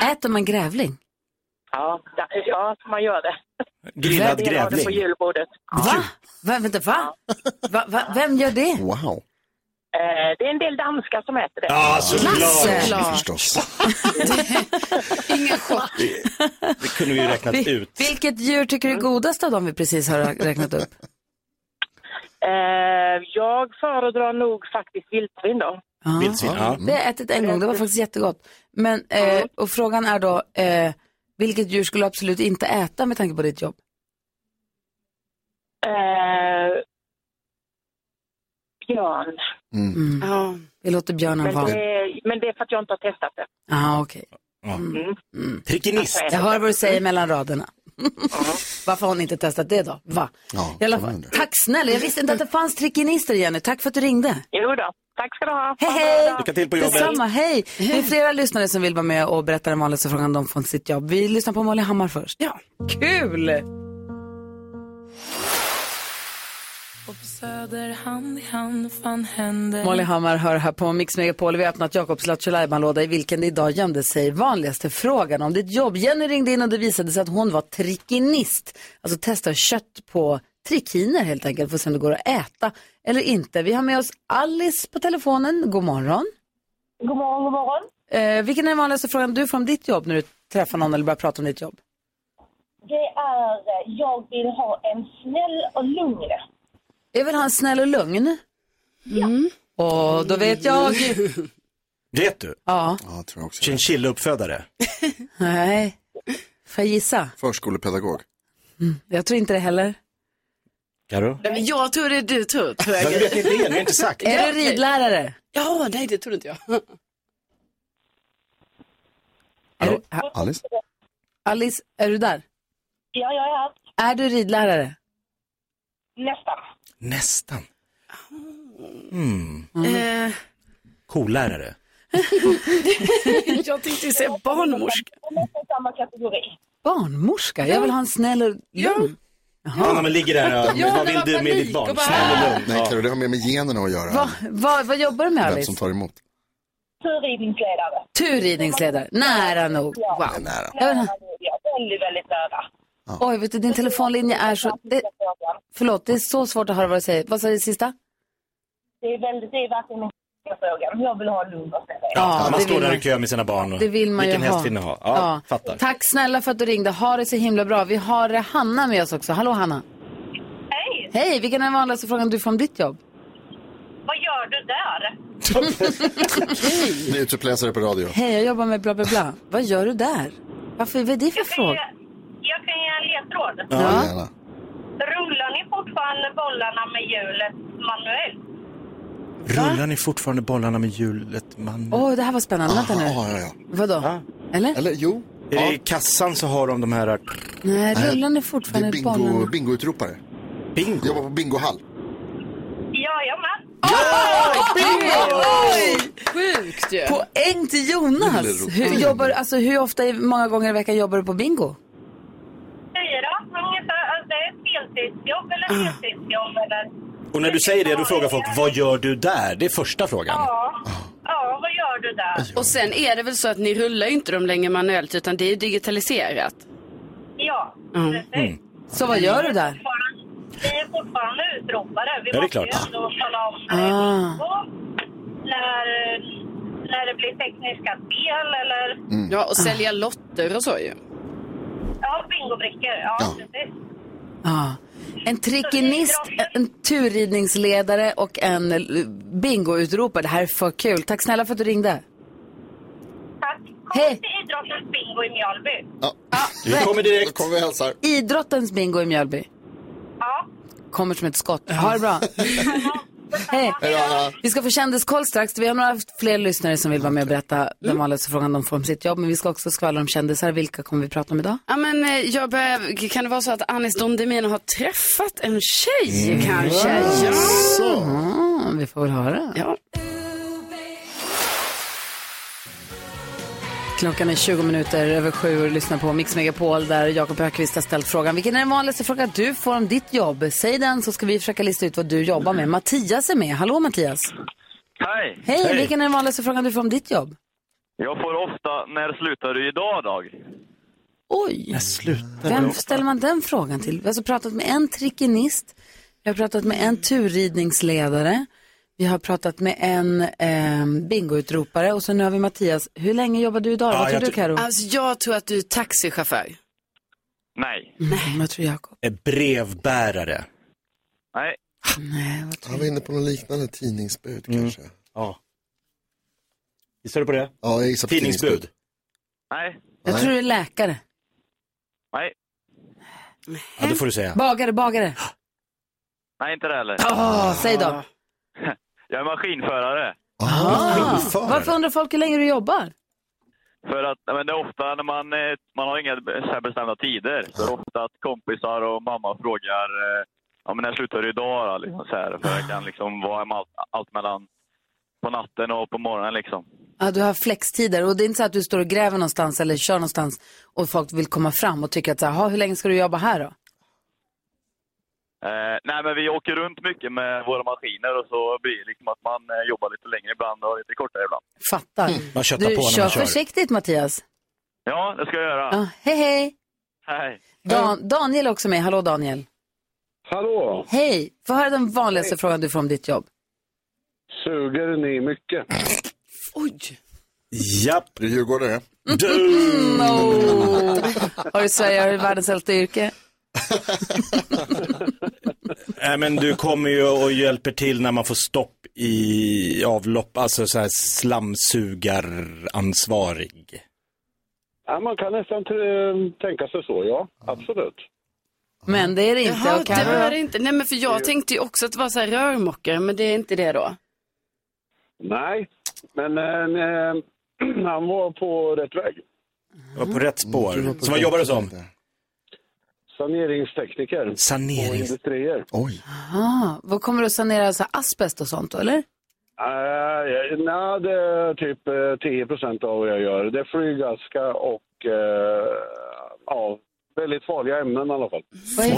[SPEAKER 9] eh,
[SPEAKER 1] Äter man grävling?
[SPEAKER 9] ja, ja, man gör det.
[SPEAKER 3] Grillad
[SPEAKER 9] Vi har det på
[SPEAKER 3] grävling.
[SPEAKER 9] julbordet.
[SPEAKER 1] Va? va? Vänta, va? va? va? Vem gör det?
[SPEAKER 2] Wow.
[SPEAKER 9] Eh, det är en del danskar som äter det.
[SPEAKER 3] Ja, såklart.
[SPEAKER 1] Lasse!
[SPEAKER 4] Klart.
[SPEAKER 2] Förstås.
[SPEAKER 4] Ingen chock.
[SPEAKER 3] Det kunde vi ju räknat
[SPEAKER 1] Vi,
[SPEAKER 3] ut.
[SPEAKER 1] vilket djur tycker du är godast av dem vi precis har räknat upp?
[SPEAKER 9] Eh, jag föredrar nog faktiskt vildsvin då.
[SPEAKER 1] Ja.
[SPEAKER 3] Vildsvin. Ja.
[SPEAKER 1] Det har jag ätit en gång, det var faktiskt jättegott. Men, eh, och frågan är då, eh, vilket djur skulle du absolut inte äta med tanke på ditt jobb?
[SPEAKER 9] Eh, björn.
[SPEAKER 4] Ja.
[SPEAKER 1] Vi låter björnen
[SPEAKER 9] Men
[SPEAKER 1] vara.
[SPEAKER 9] det, är, men det är för att jag inte har testat det.
[SPEAKER 1] Ja, okej. Mm.
[SPEAKER 9] Mm.
[SPEAKER 3] Trikinist.
[SPEAKER 1] Jag hör vad du säger mellan raderna. Varför har hon inte testat det då? Va?
[SPEAKER 2] Ja,
[SPEAKER 1] I alla
[SPEAKER 2] kan man
[SPEAKER 1] fall,
[SPEAKER 2] undra.
[SPEAKER 1] tack snälla, jag visste inte att det fanns trikinister Jenny. Tack för att du ringde.
[SPEAKER 9] Jo då. Tack ska du ha.
[SPEAKER 1] Hej,
[SPEAKER 9] Ha en
[SPEAKER 1] hej!
[SPEAKER 9] bra dag.
[SPEAKER 3] Lycka till på jobbet.
[SPEAKER 1] Detsamma, hej! Det är flera lyssnare som vill vara med och berätta den vanligaste frågan de får om sitt jobb. Vi lyssnar på Molly Hammar först. Ja. Kul! Eh. Molly Hammar hör här på Mix Megapol. Vi har öppnat Jakobs Lattjo i vilken det idag gömde sig vanligaste frågan om ditt jobb. Jenny ringde in och det visade sig att hon var trikinist. Alltså testar kött på trikiner helt enkelt för att se om det går att äta eller inte. Vi har med oss Alice på telefonen. God morgon.
[SPEAKER 9] God morgon, god morgon.
[SPEAKER 1] Eh, vilken är den vanligaste frågan du får om ditt jobb när du träffar någon eller börjar prata om ditt jobb?
[SPEAKER 9] eh, Det är, jag vill ha en snäll och lugn.
[SPEAKER 1] Jag vill ha en snäll och lugn. Och då vet jag ju-
[SPEAKER 3] Vet du?
[SPEAKER 1] Ja,
[SPEAKER 2] Ja, tror jag också.
[SPEAKER 3] Chinchilla-uppfödare.
[SPEAKER 1] nej. Får jag gissa?
[SPEAKER 2] Förskolepedagog.
[SPEAKER 1] Jag tror inte det heller.
[SPEAKER 3] Karo?
[SPEAKER 4] Nej, men Jag tror det du tror. tror
[SPEAKER 3] Men
[SPEAKER 4] jag.
[SPEAKER 3] du vet inte det, det är inte sagt.
[SPEAKER 1] Är det ridlärare?
[SPEAKER 4] Ja, nej det tror inte jag.
[SPEAKER 1] Är
[SPEAKER 3] Hallå?
[SPEAKER 1] du, ha-
[SPEAKER 2] Alice?
[SPEAKER 1] Alice, är du där?
[SPEAKER 9] Ja, jag är här.
[SPEAKER 1] Är du ridlärare?
[SPEAKER 9] Nästan.
[SPEAKER 3] Nästan. Mm.
[SPEAKER 4] Eh,
[SPEAKER 3] Coolärare.
[SPEAKER 4] jag tänkte ju säga barnmorska.
[SPEAKER 9] Nästan samma kategori.
[SPEAKER 1] Barnmorska? Jag vill ha en snäll och lugn.
[SPEAKER 3] Anna, men ligger där och,
[SPEAKER 4] Ja, det
[SPEAKER 3] vad vill
[SPEAKER 4] var
[SPEAKER 3] du med
[SPEAKER 4] panik
[SPEAKER 3] ditt
[SPEAKER 4] och
[SPEAKER 3] barn?
[SPEAKER 4] bara-
[SPEAKER 3] Snäll och lugn.
[SPEAKER 2] Nej,
[SPEAKER 3] Ja.
[SPEAKER 2] Karo, det har mer med generna att göra.
[SPEAKER 1] Va,
[SPEAKER 2] än
[SPEAKER 1] va, vad jobbar du med
[SPEAKER 2] Vem som
[SPEAKER 1] Alice?
[SPEAKER 2] tar emot.
[SPEAKER 9] Turridningsledare.
[SPEAKER 1] Turridningsledare. Nära nog. Wow.
[SPEAKER 2] Det är nära.
[SPEAKER 1] Jag vill ha,
[SPEAKER 9] Ja, Väldigt, väldigt nära.
[SPEAKER 1] oj, vet du, din telefonlinje är så... Det, förlåt, det är så svårt att höra vad du säger. Vad sa du sista?
[SPEAKER 9] Det är väldigt, det är verkligen min fråga. Jag vill ha en lugn och ställa er.
[SPEAKER 1] Ja,
[SPEAKER 3] man
[SPEAKER 1] det
[SPEAKER 3] står
[SPEAKER 1] vill
[SPEAKER 3] där
[SPEAKER 1] man.
[SPEAKER 3] i kö med sina barn. Och,
[SPEAKER 1] Det vill man
[SPEAKER 3] vilken
[SPEAKER 1] ju ha.
[SPEAKER 3] häst vill ni ha? Ja, fattar.
[SPEAKER 1] Tack snälla för att du ringde. Ha det så himla bra. Vi har eh, Hanna med oss också. Hallå Hanna.
[SPEAKER 9] Hej!
[SPEAKER 1] Hej, vilken är den vanligaste frågan du får om ditt jobb?
[SPEAKER 9] Vad gör du där?
[SPEAKER 2] Ni är utepläsare på radio.
[SPEAKER 1] Hej, jag jobbar med bla bla bla. Vad gör du där? Varför, vad är det för fråga?
[SPEAKER 9] Jag kan ge en ledtråd.
[SPEAKER 1] Ja.
[SPEAKER 2] Gärna.
[SPEAKER 9] Rullar ni fortfarande bollarna med hjulet manuellt?
[SPEAKER 3] Rullar ni fortfarande bollarna med hjulet, man?
[SPEAKER 1] Åh, det här var spännande. Vänta
[SPEAKER 2] Ja,
[SPEAKER 1] nu.
[SPEAKER 2] ja, ja.
[SPEAKER 1] Vadå? Eller?
[SPEAKER 2] Eller jo,
[SPEAKER 3] Är det i kassan så har de de här...
[SPEAKER 1] Nej, rullar ni
[SPEAKER 2] det är
[SPEAKER 1] fortfarande
[SPEAKER 2] bingo,
[SPEAKER 1] bollarna?
[SPEAKER 2] bingoutropare. Jag
[SPEAKER 3] Bingo!
[SPEAKER 2] jobbar på bingohall.
[SPEAKER 9] Ja, jag med.
[SPEAKER 4] Sjukt ju.
[SPEAKER 1] Poäng till Jonas! Hur, jobbar, alltså, hur ofta, i- många gånger i veckan jobbar du på bingo?
[SPEAKER 9] Fyra ungefär. Alltså, det är ett deltidsjobb eller heltidsjobb eller...
[SPEAKER 3] Och när du säger det, då frågar folk, vad gör du där? Det är första frågan.
[SPEAKER 9] Ja. Ja, vad gör du där?
[SPEAKER 4] Och sen är det väl så att ni rullar ju inte dem längre manuellt utan det är ju digitaliserat.
[SPEAKER 9] Ja,
[SPEAKER 4] Mm.
[SPEAKER 9] precis.
[SPEAKER 1] Så vad gör du där?
[SPEAKER 9] Fortfarande- Vi är fortfarande utropare. Vi
[SPEAKER 3] Ja, det är
[SPEAKER 9] måste ju
[SPEAKER 3] klart.
[SPEAKER 9] ändå tala om när,
[SPEAKER 1] Ah.
[SPEAKER 9] det blir- när, när det blir tekniska spel eller
[SPEAKER 3] Mm.
[SPEAKER 4] Ja, och sälja lotter och så ju.
[SPEAKER 9] ja, bingobrickor. Ja, precis.
[SPEAKER 1] Ja. En trickinist, en turridningsledare och en l- bingoutropare. Det här är för kul. Tack snälla för att du ringde.
[SPEAKER 9] Tack. Kom
[SPEAKER 1] Hej.
[SPEAKER 9] till idrottens bingo i Mjölby.
[SPEAKER 2] Ja,
[SPEAKER 3] Vi kommer
[SPEAKER 2] då
[SPEAKER 3] direkt.
[SPEAKER 2] kommer vi och hälsar.
[SPEAKER 1] Idrottens bingo i Mjölby.
[SPEAKER 9] Ja.
[SPEAKER 1] Kommer som ett skott. Ha det bra. Hej.
[SPEAKER 2] Hej då, Anna.
[SPEAKER 1] Vi ska få kändiskoll strax. Vi har några fler lyssnare som vill vara med och berätta den vanligaste frågan de får om sitt jobb. Men vi ska också skvallra om kändisar. Vilka kommer vi prata om idag?
[SPEAKER 4] Ja, men eh, jag börjar, kan det vara så att Anis Don Demina har träffat en tjej
[SPEAKER 1] Mm.
[SPEAKER 4] kanske? Ja.
[SPEAKER 1] Ah, vi får väl höra.
[SPEAKER 4] ja.
[SPEAKER 1] Klockan är 20 minuter över sju och lyssnar på Mix Megapol där Jakob Ökvist har ställt frågan. Vilken är den vanligaste frågan du får om ditt jobb? Säg den så ska vi försöka lista ut vad du jobbar med. Mattias är med. Hallå Mattias.
[SPEAKER 10] Hej!
[SPEAKER 1] Hej,
[SPEAKER 3] Hej.
[SPEAKER 1] vilken är den vanligaste frågan du får om ditt jobb?
[SPEAKER 10] Jag får ofta “När slutar du idag?” dag.
[SPEAKER 1] Oj,
[SPEAKER 3] Sluta.
[SPEAKER 1] vem ställer man den frågan till? Vi har alltså pratat med en trickinist, vi har pratat med en turridningsledare, vi har pratat med en eh, bingoutropare och så nu har vi Mattias. Hur länge jobbar du idag?
[SPEAKER 3] Ja,
[SPEAKER 1] vad tror
[SPEAKER 3] jag
[SPEAKER 1] du
[SPEAKER 3] tror-
[SPEAKER 1] Karo?
[SPEAKER 4] Alltså jag tror att du är taxichaufför.
[SPEAKER 10] Nej.
[SPEAKER 1] Nej, jag tror Jakob.
[SPEAKER 3] Är Brevbärare.
[SPEAKER 10] Nej.
[SPEAKER 1] Ah, Nej, vad tror
[SPEAKER 2] Han var inne på något liknande, tidningsbud
[SPEAKER 3] Mm.
[SPEAKER 2] kanske.
[SPEAKER 3] Ja. Gissar du på det?
[SPEAKER 2] Ja, jag gissar på
[SPEAKER 3] Tidningsbud.
[SPEAKER 2] tidningsbud.
[SPEAKER 10] Nej.
[SPEAKER 1] jag? jag tror du är läkare.
[SPEAKER 10] Nej.
[SPEAKER 3] Ja, det får du säga.
[SPEAKER 1] Bagare, bagare.
[SPEAKER 10] Nej, inte det heller.
[SPEAKER 1] Åh, säg då. Ah.
[SPEAKER 10] Jag är maskinförare.
[SPEAKER 3] Ah, Maskinförare.
[SPEAKER 1] Varför undrar folk hur länge du jobbar?
[SPEAKER 10] För att ja, men det är ofta när man, eh, man har inga be- så här bestämda tider. Så det är ofta att kompisar och mamma frågar eh, ja, men “När slutar du idag?” då? Liksom så här, för jag kan liksom vara hemma allt, allt mellan på natten och på morgonen liksom.
[SPEAKER 1] Ja, du har flextider och det är inte så att du står och gräver någonstans eller kör någonstans och folk vill komma fram och tycker att så här, "Ha, hur länge ska du jobba här då?
[SPEAKER 10] Eh, nej, men vi åker runt mycket med våra maskiner och så blir det liksom att man eh, jobbar lite längre ibland och lite kortare ibland.
[SPEAKER 1] Fattar.
[SPEAKER 3] Man köttar
[SPEAKER 1] Du
[SPEAKER 3] på när
[SPEAKER 1] kör
[SPEAKER 3] man kör.
[SPEAKER 1] försiktigt Mattias.
[SPEAKER 10] Ja, det ska jag göra.
[SPEAKER 1] Ja, hej hej.
[SPEAKER 10] Hej.
[SPEAKER 1] Dan, Daniel är också med. Hallå Daniel.
[SPEAKER 11] Hallå!
[SPEAKER 1] Hej. Få höra den vanligaste frågan du får om ditt jobb.
[SPEAKER 11] Suger ni mycket?
[SPEAKER 4] Oj.
[SPEAKER 3] Japp.
[SPEAKER 2] Är du djurgårdare?
[SPEAKER 1] Mm,
[SPEAKER 3] Du.
[SPEAKER 1] oh. Har du Sverige, har du världens äldsta yrke?
[SPEAKER 3] Nej, men du kommer ju och hjälper till när man får stopp i avlopp, alltså så här slamsugaransvarig.
[SPEAKER 11] Ja, man kan nästan t- tänka sig så, ja. Absolut.
[SPEAKER 1] Men det är det inte.
[SPEAKER 4] Jaha,
[SPEAKER 1] och Karo
[SPEAKER 4] det
[SPEAKER 1] då?
[SPEAKER 4] var det inte. Nej, men för jag tänkte ju också att det var så här rörmokare, men det är inte det då.
[SPEAKER 11] Nej, men eh, han var på rätt väg.
[SPEAKER 3] Jag var på rätt
[SPEAKER 2] Mm,
[SPEAKER 3] spår. Så vad jobbar Mm. du som?
[SPEAKER 11] Saneringstekniker.
[SPEAKER 3] Sanering.
[SPEAKER 11] På industrier.
[SPEAKER 2] Oj.
[SPEAKER 1] Aha, vad kommer du att sanera? Så här asbest och sånt då, eller?
[SPEAKER 11] Eh, nej, det är typ eh, 10 procent av vad jag gör. Det är flygaska och eh, ja, väldigt farliga ämnen i alla fall.
[SPEAKER 1] Vad är,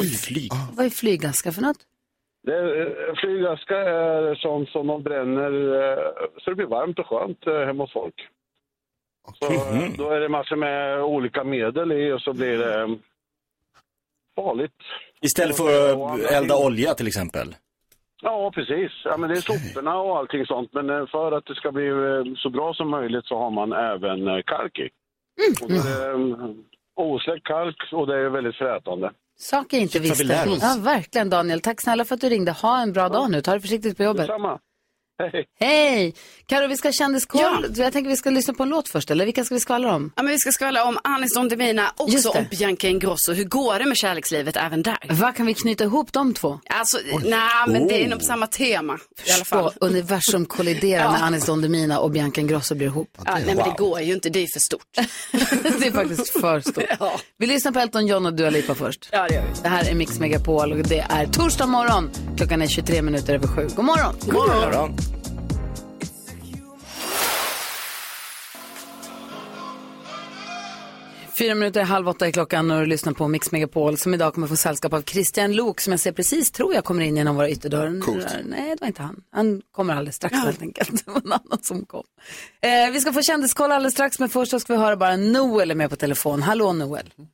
[SPEAKER 1] Ah. vad är flygaska för något?
[SPEAKER 11] Det är, eh, flygaska är sånt som de bränner eh, så det blir varmt och skönt eh, hemma hos folk. Så, eh,
[SPEAKER 3] Mhm.
[SPEAKER 11] Då är det massor med olika medel i och så blir det eh, farligt.
[SPEAKER 3] Istället för att elda olja till exempel.
[SPEAKER 11] Ja, precis. Ja, men det är soporna och allting sånt. Men eh, för att det ska bli eh, så bra som möjligt så har man även eh, kalk i. Och
[SPEAKER 1] Mm.
[SPEAKER 11] det är, eh, Osläckt kalk och det är väldigt frätande.
[SPEAKER 1] Saker jag inte
[SPEAKER 11] Shit, vad vi
[SPEAKER 1] visste.
[SPEAKER 11] lär oss.
[SPEAKER 1] Ja, verkligen Daniel. Tack snälla för att du ringde. Ha en bra dag nu. Ta det försiktigt på jobbet.
[SPEAKER 11] Detsamma. Hej.
[SPEAKER 1] Hej! Karo, vi ska ha kändiskoll. Jag tänker vi ska lyssna på en låt först, eller vilka ska vi skvallra om?
[SPEAKER 4] Ja, men vi ska skvallra om Anis Don Demina,
[SPEAKER 1] Just
[SPEAKER 4] också
[SPEAKER 1] det.
[SPEAKER 4] om Bianca Ingrosso. Hur går det med kärlekslivet även där?
[SPEAKER 1] Vad kan vi knyta ihop de två?
[SPEAKER 4] Alltså,
[SPEAKER 1] Oj.
[SPEAKER 4] nej, men det är nog
[SPEAKER 1] Oh.
[SPEAKER 4] på samma tema i alla fall.
[SPEAKER 1] Förstå, universum kolliderar
[SPEAKER 4] Ja.
[SPEAKER 1] när Anis Don Demina och Bianca Ingrosso blir ihop.
[SPEAKER 4] Ja, nej, men det går ju inte. Det är för stort.
[SPEAKER 1] det är faktiskt för stort. Vi lyssnar på Elton John och Dua Lipa först.
[SPEAKER 4] Ja, det gör vi.
[SPEAKER 1] Det här är Mix Megapol och det är torsdag morgon. Klockan är 23 minuter över sju. God morgon! Fyra minuter i halv åtta är klockan och du lyssnar på Mix Megapol som idag kommer få sällskap av Christian Lok som jag ser precis tror jag kommer in genom våra ytterdörrar.
[SPEAKER 12] Coolt.
[SPEAKER 1] Nej, det var inte han. Han kommer alldeles strax helt enkelt. Det var någon annan som kom. Eh, vi ska få kändiskoll alldeles strax men först så ska vi höra bara Noel är med på telefon. Hallå Noel.
[SPEAKER 13] Tja,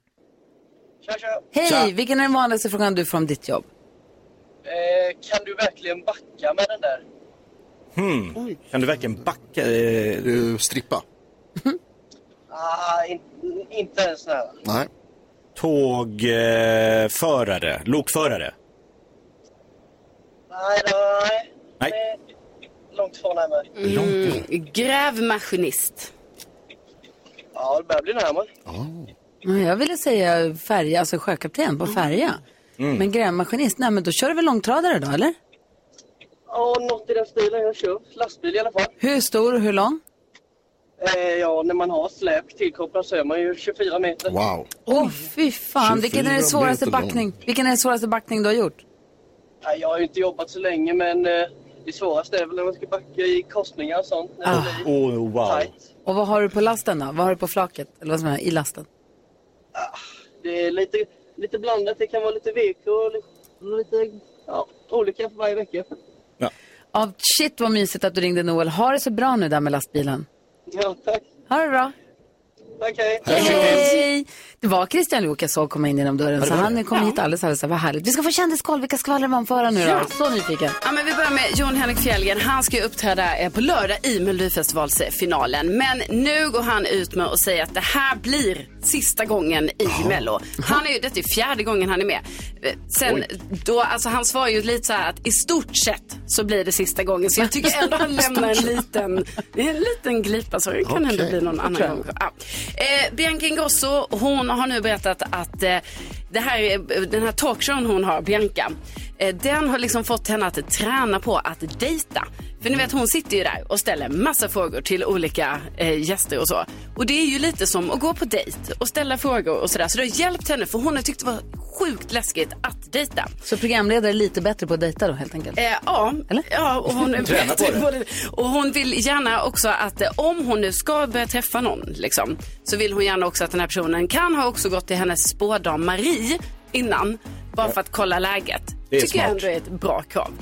[SPEAKER 13] tja.
[SPEAKER 1] Hej, vilken är den vanligaste frågan du får om ditt jobb?
[SPEAKER 13] Eh, kan du verkligen backa med den där?
[SPEAKER 3] Hmm. Kan du verkligen backa? Eh...
[SPEAKER 2] Strippa?
[SPEAKER 13] Ah, in, inte ens nära.
[SPEAKER 2] Nej.
[SPEAKER 3] Tågförare, lokförare.
[SPEAKER 13] Nej, nej.
[SPEAKER 3] Nej.
[SPEAKER 13] Långt från närmare.
[SPEAKER 4] Mm, grävmaskinist.
[SPEAKER 13] Ja, det börjar bli närmare.
[SPEAKER 1] Ja, Jag ville säga färja, alltså sjökapten på färja.
[SPEAKER 13] Mm.
[SPEAKER 1] Men grävmaskinist, nej men då kör du väl långtradare då eller?
[SPEAKER 13] Ja, något i den stilen. Jag kör lastbil i alla fall.
[SPEAKER 1] Hur stor och hur lång?
[SPEAKER 13] Eh, ja, när man har släp tillkopplat så är man ju 24 meter.
[SPEAKER 2] Wow.
[SPEAKER 1] Åh fy fan, vilken är den
[SPEAKER 13] 24
[SPEAKER 1] svåraste
[SPEAKER 13] meter lång.
[SPEAKER 1] backning? Vilken är den svåraste backning du har gjort?
[SPEAKER 13] Nej, jag har ju inte jobbat så länge, men eh, det svåraste är väl när man ska backa i korsningar och sånt. När det blir-
[SPEAKER 3] Oh, wow.
[SPEAKER 1] Ah. Och vad har du på lasten då? Vad har du på flaket? Eller vad som är i lasten?
[SPEAKER 13] Det är lite, lite blandat. Det kan vara lite veko och li- lite ja, olika för varje vecka.
[SPEAKER 1] Ja, Ah, shit vad mysigt att du ringde Noel. Ha det så bra nu där med lastbilen.
[SPEAKER 13] Ja, tack.
[SPEAKER 1] Ha det bra.
[SPEAKER 13] Okej.
[SPEAKER 1] Hej! Det var Christian Luuk jag såg komma in genom dörren,
[SPEAKER 4] Ja, det
[SPEAKER 1] så
[SPEAKER 4] var
[SPEAKER 1] han
[SPEAKER 4] det.
[SPEAKER 1] kom hit alldeles, alldeles, vad härligt. Vi ska få kändiskoll, vilka skvaller man får höra nu då?
[SPEAKER 4] Ja.
[SPEAKER 1] Så nyfiken.
[SPEAKER 4] Ja, men vi börjar med Jon Henrik Fjällgren. Han ska ju uppträda eh, på lördag i Melodifestivalsfinalen. Men nu går han ut med att säga att det här blir sista gången i Mello. Han är ju, detta är fjärde gången han är med. Eh, Sen, då, alltså, han svarar ju lite så här att i stort sett så blir det sista gången. Så jag tycker ändå han lämnar en liten, en liten glipa så det kan
[SPEAKER 1] Okej.
[SPEAKER 4] ändå bli någon
[SPEAKER 1] Det
[SPEAKER 4] annan
[SPEAKER 1] tror jag.
[SPEAKER 4] gång. Ja. Eh, Bianca Ingrosso, hon har nu berättat att eh, det här, eh, den här talkshowen hon har, Bianca, eh, den har liksom fått henne att träna på att dejta. För ni vet, hon sitter ju där och ställer massa frågor till olika eh, gäster och så. Och det är ju lite som att gå på dejt och ställa frågor och sådär. Så det har hjälpt henne, för hon har tyckt det var sjukt läskigt att dejta.
[SPEAKER 1] Så programledare är lite bättre på att dejta då helt enkelt?
[SPEAKER 4] Eh, ja, ja och, hon är
[SPEAKER 1] Träna
[SPEAKER 4] bättre
[SPEAKER 1] på det.
[SPEAKER 4] på det. och hon vill gärna också att eh, om hon nu ska börja träffa någon liksom, så vill hon gärna också att den här personen kan ha också gått till hennes spådam Marie innan. Bara för att kolla läget.
[SPEAKER 1] Det är
[SPEAKER 4] Tycker jag
[SPEAKER 1] smart.
[SPEAKER 4] ändå är ett bra krav.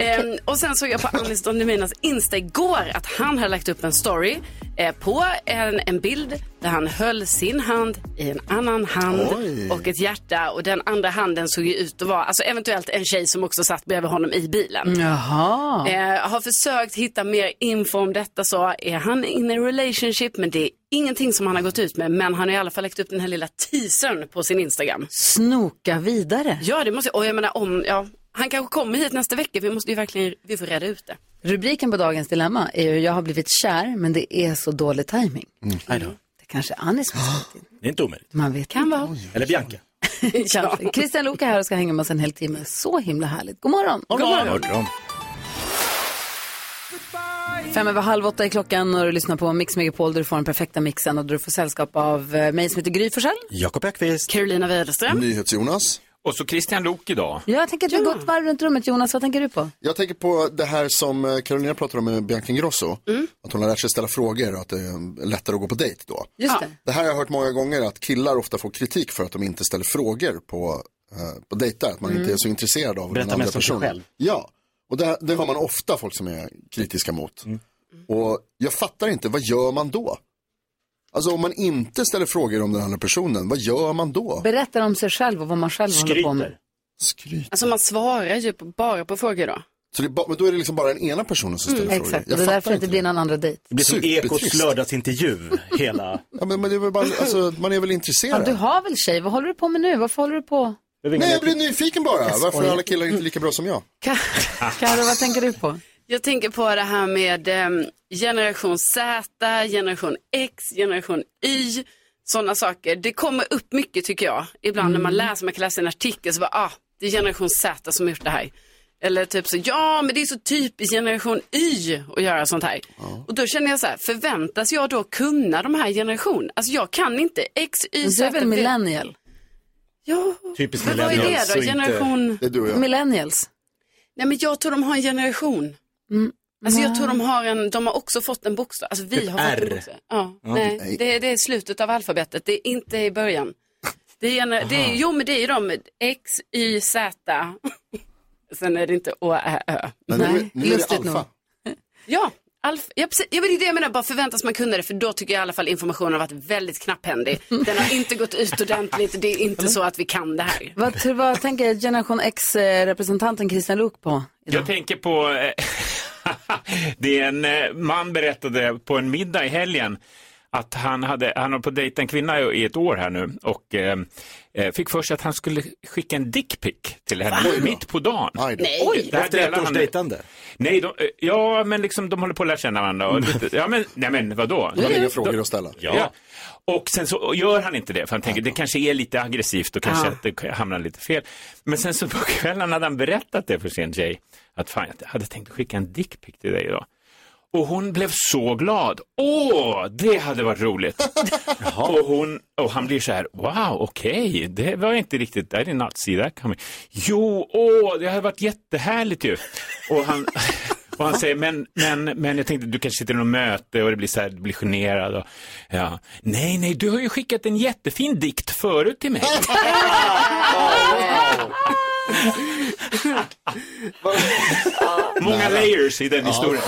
[SPEAKER 4] Ehm, och sen såg jag på Anis Don Deminas Insta igår att han har lagt upp en story eh, på en, en bild där han höll sin hand i en annan hand
[SPEAKER 1] Oj.
[SPEAKER 4] och ett hjärta och den andra handen såg ju ut att vara, alltså eventuellt en tjej som också satt bredvid honom i bilen.
[SPEAKER 1] Jaha.
[SPEAKER 4] Eh, har försökt hitta mer info om detta så är han in a relationship men det är ingenting som han har gått ut med men han har i alla fall lagt upp den här lilla teasern på sin Instagram.
[SPEAKER 1] Snoka vidare.
[SPEAKER 4] Ja det måste, och jag menar om, ja Han kanske kommer hit nästa vecka. Vi måste ju verkligen, vi får reda ut det.
[SPEAKER 1] Rubriken på dagens dilemma är ju Jag har blivit kär men det är så dålig timing.
[SPEAKER 2] Mm.
[SPEAKER 1] Det kanske är Annie som har skrivit in.
[SPEAKER 3] Det är inte omöjligt.
[SPEAKER 1] Man vet
[SPEAKER 4] Kan vara.
[SPEAKER 3] Eller Bianca.
[SPEAKER 1] Känns det. Christian Luuk är här och ska hänga med oss en hel timme. Så himla härligt. God morgon. God Fem över halv åtta är klockan och du lyssnar på Mix Megapol där du får den perfekta mixen och där du får sällskap av eh, mig som heter Gry Forssell.
[SPEAKER 3] Jakob Ekqvist.
[SPEAKER 4] Carolina Widerström.
[SPEAKER 2] NyhetsJonas.
[SPEAKER 12] Och så Christian Lok idag.
[SPEAKER 1] Ja, jag tänker att vi har gått varv runt rummet. Jonas, vad tänker du på?
[SPEAKER 2] Jag tänker på det här som eh, Carolina pratade om med Bianca
[SPEAKER 1] Mm.
[SPEAKER 2] Ingrosso.
[SPEAKER 4] Mm.
[SPEAKER 2] Att hon har lärt sig ställa frågor och att det är lättare att gå på dejt då.
[SPEAKER 1] Just det.
[SPEAKER 2] Det här har jag hört många gånger att killar ofta får kritik för att de inte ställer frågor på, eh, på dejter. Att man
[SPEAKER 1] Mm.
[SPEAKER 2] inte är så intresserad av
[SPEAKER 3] Berätta
[SPEAKER 2] den andra
[SPEAKER 3] mest om sig
[SPEAKER 2] personen.
[SPEAKER 3] själv.
[SPEAKER 2] Ja, och det, det har man ofta folk som är kritiska mot.
[SPEAKER 3] Mm.
[SPEAKER 2] Och jag fattar inte, vad gör man då? Alltså om man inte ställer frågor om den andra personen, vad gör man då?
[SPEAKER 1] Berättar om sig själv och vad man själv håller på med.
[SPEAKER 2] Skryter.
[SPEAKER 4] Alltså man svarar ju på, bara på frågor då.
[SPEAKER 2] Så det är ba- men då är det liksom bara den ena personen som ställer frågor.
[SPEAKER 1] Mm, Exakt,
[SPEAKER 2] Jag
[SPEAKER 1] och det är
[SPEAKER 2] fattar
[SPEAKER 1] därför det inte blir någon andra dejt.
[SPEAKER 3] Det blir som
[SPEAKER 12] e-
[SPEAKER 3] Ekots
[SPEAKER 2] Supertrist.
[SPEAKER 3] lördagsintervju, hela...
[SPEAKER 2] Ja, men, men det är väl bara, alltså, man är väl
[SPEAKER 1] Ja,
[SPEAKER 2] intresserad?
[SPEAKER 1] du har väl tjej? Vad håller du på med nu? Varför håller du på?
[SPEAKER 2] Nej, jag blir nyfiken bara.
[SPEAKER 1] Jag
[SPEAKER 2] Varför är
[SPEAKER 1] skojar.
[SPEAKER 2] alla killar inte lika bra som jag?
[SPEAKER 1] Mm. Karo, vad tänker du på?
[SPEAKER 4] Jag tänker på det här med ehm, generation Z, generation X, generation Y, sådana saker. Det kommer upp mycket tycker jag, ibland när
[SPEAKER 1] Mm.
[SPEAKER 4] man läser, man kan läsa en artikel så bara, ah, det är generation Z som har gjort det här. Eller typ så, ja men det är så typiskt generation Y att göra sånt här. Och då känner jag så här, förväntas jag då kunna de här generationerna? Alltså jag kan inte X, Y,
[SPEAKER 1] Du
[SPEAKER 4] Z.
[SPEAKER 1] är väl millennial?
[SPEAKER 4] Ja,
[SPEAKER 3] Typiskt
[SPEAKER 4] Men vad är det
[SPEAKER 3] millennials
[SPEAKER 4] då?
[SPEAKER 3] och inte-
[SPEAKER 4] Generation-
[SPEAKER 2] Det är du och jag.
[SPEAKER 1] Millennials.
[SPEAKER 4] nej men jag tror de har en generation. Alltså jag tror de har en, de har också fått en bokstav. Alltså vi
[SPEAKER 1] Typ
[SPEAKER 4] har fått en
[SPEAKER 1] R.
[SPEAKER 4] bokstav. Ja,
[SPEAKER 1] Ja.
[SPEAKER 4] nej,
[SPEAKER 1] Nej.
[SPEAKER 4] det, är- det är slutet av alfabetet, det är inte i början. Det är, gener- det är, jo men det är ju de, X, Y, Z. Sen är det inte Å, Ä, Ö.
[SPEAKER 2] Men nu, är- nu är det alfa.
[SPEAKER 4] Ja, alf, ja, precis. ja men det är det jag menar, bara förväntas man kunna det för då tycker jag i alla fall informationen har varit väldigt knapphändig. Den har inte gått ut ordentligt, det är inte så att vi kan det här.
[SPEAKER 1] Vad, tror- vad tänker generation X-representanten Christian Luuk på?
[SPEAKER 12] Jag tänker på, eh, det är en eh, man berättade på en middag i helgen att han hade, han har på dejt en kvinna i i ett år här nu och eh, eh, fick för sig att han skulle skicka en dickpic till henne mitt på dagen.
[SPEAKER 3] Nej. Efter ett
[SPEAKER 12] delar
[SPEAKER 3] års
[SPEAKER 12] han-
[SPEAKER 3] dejtande?
[SPEAKER 12] Nej, de, eh, ja men liksom de håller på att lära känna varandra. Och, ja men, nej men vadå?
[SPEAKER 2] Det var inga
[SPEAKER 12] De-
[SPEAKER 2] frågor att ställa.
[SPEAKER 12] Ja. Och sen så gör han inte det, för han tänker det kanske är lite aggressivt och kanske
[SPEAKER 2] Ja.
[SPEAKER 12] att det hamnar lite fel. Men sen så på kvällen hade han berättat det för sin tjej, att fan jag hade tänkt skicka en dickpic till dig idag. Och hon blev så glad. Åh, det hade varit roligt. och, hon, och han blir så här, wow, okej, det var inte riktigt, I did not see that coming. Jo, åh, det hade varit jättehärligt ju. Och han, och han säger, men, men, men jag tänkte du kanske sitter i något möte och det blir så här, du blir generad. Och, ja. Nej, nej, du har ju skickat en jättefin dikt förut till mig. Många layers i den historien.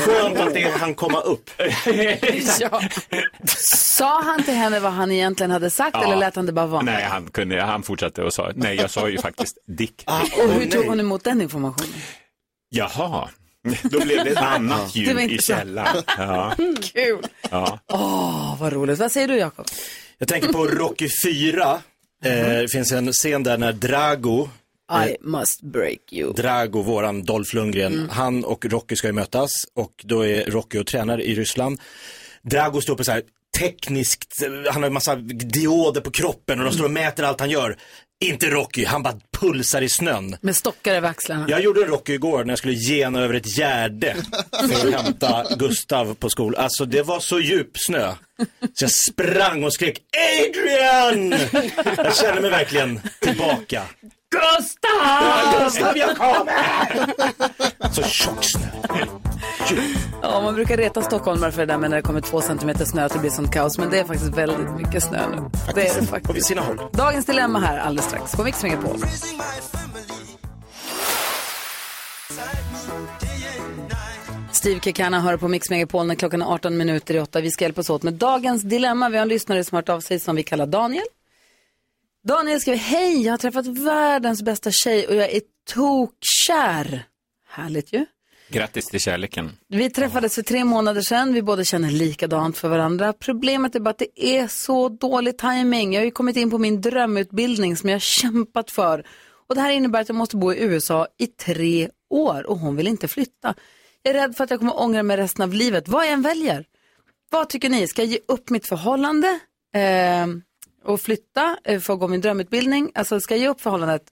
[SPEAKER 3] Skönt att det han komma upp.
[SPEAKER 1] Ja. Sa han till henne vad han egentligen hade sagt
[SPEAKER 12] Ja.
[SPEAKER 1] eller lät han det bara vara?
[SPEAKER 12] Nej, han, kunde, han fortsatte och sa, nej, jag sa ju faktiskt dick.
[SPEAKER 1] Ah, Och hur tog hon emot den informationen?
[SPEAKER 12] Jaha, då blev det ett annat
[SPEAKER 1] Det var
[SPEAKER 12] ljud i
[SPEAKER 1] intressant.
[SPEAKER 12] källan. Ja.
[SPEAKER 1] Kul!
[SPEAKER 12] Ja.
[SPEAKER 1] Åh, vad roligt. Vad säger du, Jakob?
[SPEAKER 3] Jag tänker på Rocky 4. Eh, det finns en scen där när Drago eh,
[SPEAKER 1] I must break you.
[SPEAKER 3] Drago, våran Dolph Lundgren, han och Rocky ska ju mötas och då är Rocky och tränar i Ryssland. Drago står på så här tekniskt, han har en massa dioder på kroppen och de står och mäter allt han gör. Inte Rocky, han bara pulsar i snön.
[SPEAKER 1] Med stockar över axlarna.
[SPEAKER 3] Jag gjorde en Rocky igår när jag skulle gena över ett gärde för att hämta Gustav på skol. Alltså det var så djup snö. Så jag sprang och skrek Adrian! Jag känner mig verkligen tillbaka.
[SPEAKER 1] Gustav!
[SPEAKER 3] Gustav, jag kommer! Så tjock snö.
[SPEAKER 1] Ja, man brukar reta stockholmare för det där med när det kommer två centimeter snö att det blir sånt kaos. Men det är faktiskt väldigt mycket snö nu. Det är det faktiskt.
[SPEAKER 3] På sina håll.
[SPEAKER 1] Dagens dilemma här alldeles strax på Mix Megapol. Steve Kekana hör på Mix Megapol när klockan är 18 minuter i 8. Vi ska hjälpas åt med dagens dilemma. Vi har en lyssnare som har hört av sig som vi kallar Daniel. Daniel skriver, hej, jag har träffat världens bästa tjej och jag är tokkär. Härligt ju.
[SPEAKER 12] Grattis till kärleken.
[SPEAKER 1] Vi träffades för tre månader sedan. Vi båda känner likadant för varandra. Problemet är bara att det är så dålig timing. Jag har ju kommit in på min drömutbildning som jag har kämpat för. Och det här innebär att jag måste bo i USA i tre år och hon vill inte flytta. Jag är rädd för att jag kommer ångra mig resten av livet, vad jag än väljer. Vad tycker ni? Ska jag ge upp mitt förhållande eh, och flytta eh, för att gå min drömutbildning? Alltså ska jag ge upp förhållandet,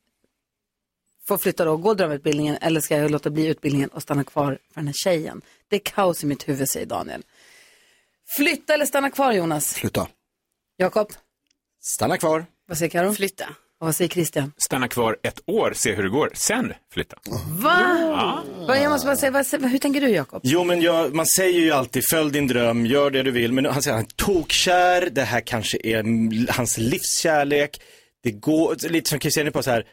[SPEAKER 1] få flytta då och gå drömutbildningen eller ska jag låta bli utbildningen och stanna kvar för den här tjejen? Det är kaos i mitt huvud säger Daniel. Flytta eller stanna kvar Jonas?
[SPEAKER 2] Flytta.
[SPEAKER 1] Jakob,
[SPEAKER 12] Stanna kvar.
[SPEAKER 1] vad säger Karo?
[SPEAKER 4] Flytta.
[SPEAKER 1] Och vad säger Christian?
[SPEAKER 12] Stanna kvar ett år, se hur det går, sen flytta.
[SPEAKER 1] Va? Vad- Jag måste bara säga, vad, säger- hur tänker du Jakob?
[SPEAKER 3] Jo, men jag, man säger ju alltid följ din dröm, gör det du vill. Men nu- han säger han är tokkär, det här kanske är mm, hans livskärlek. Det går, lite som Christian är på så här,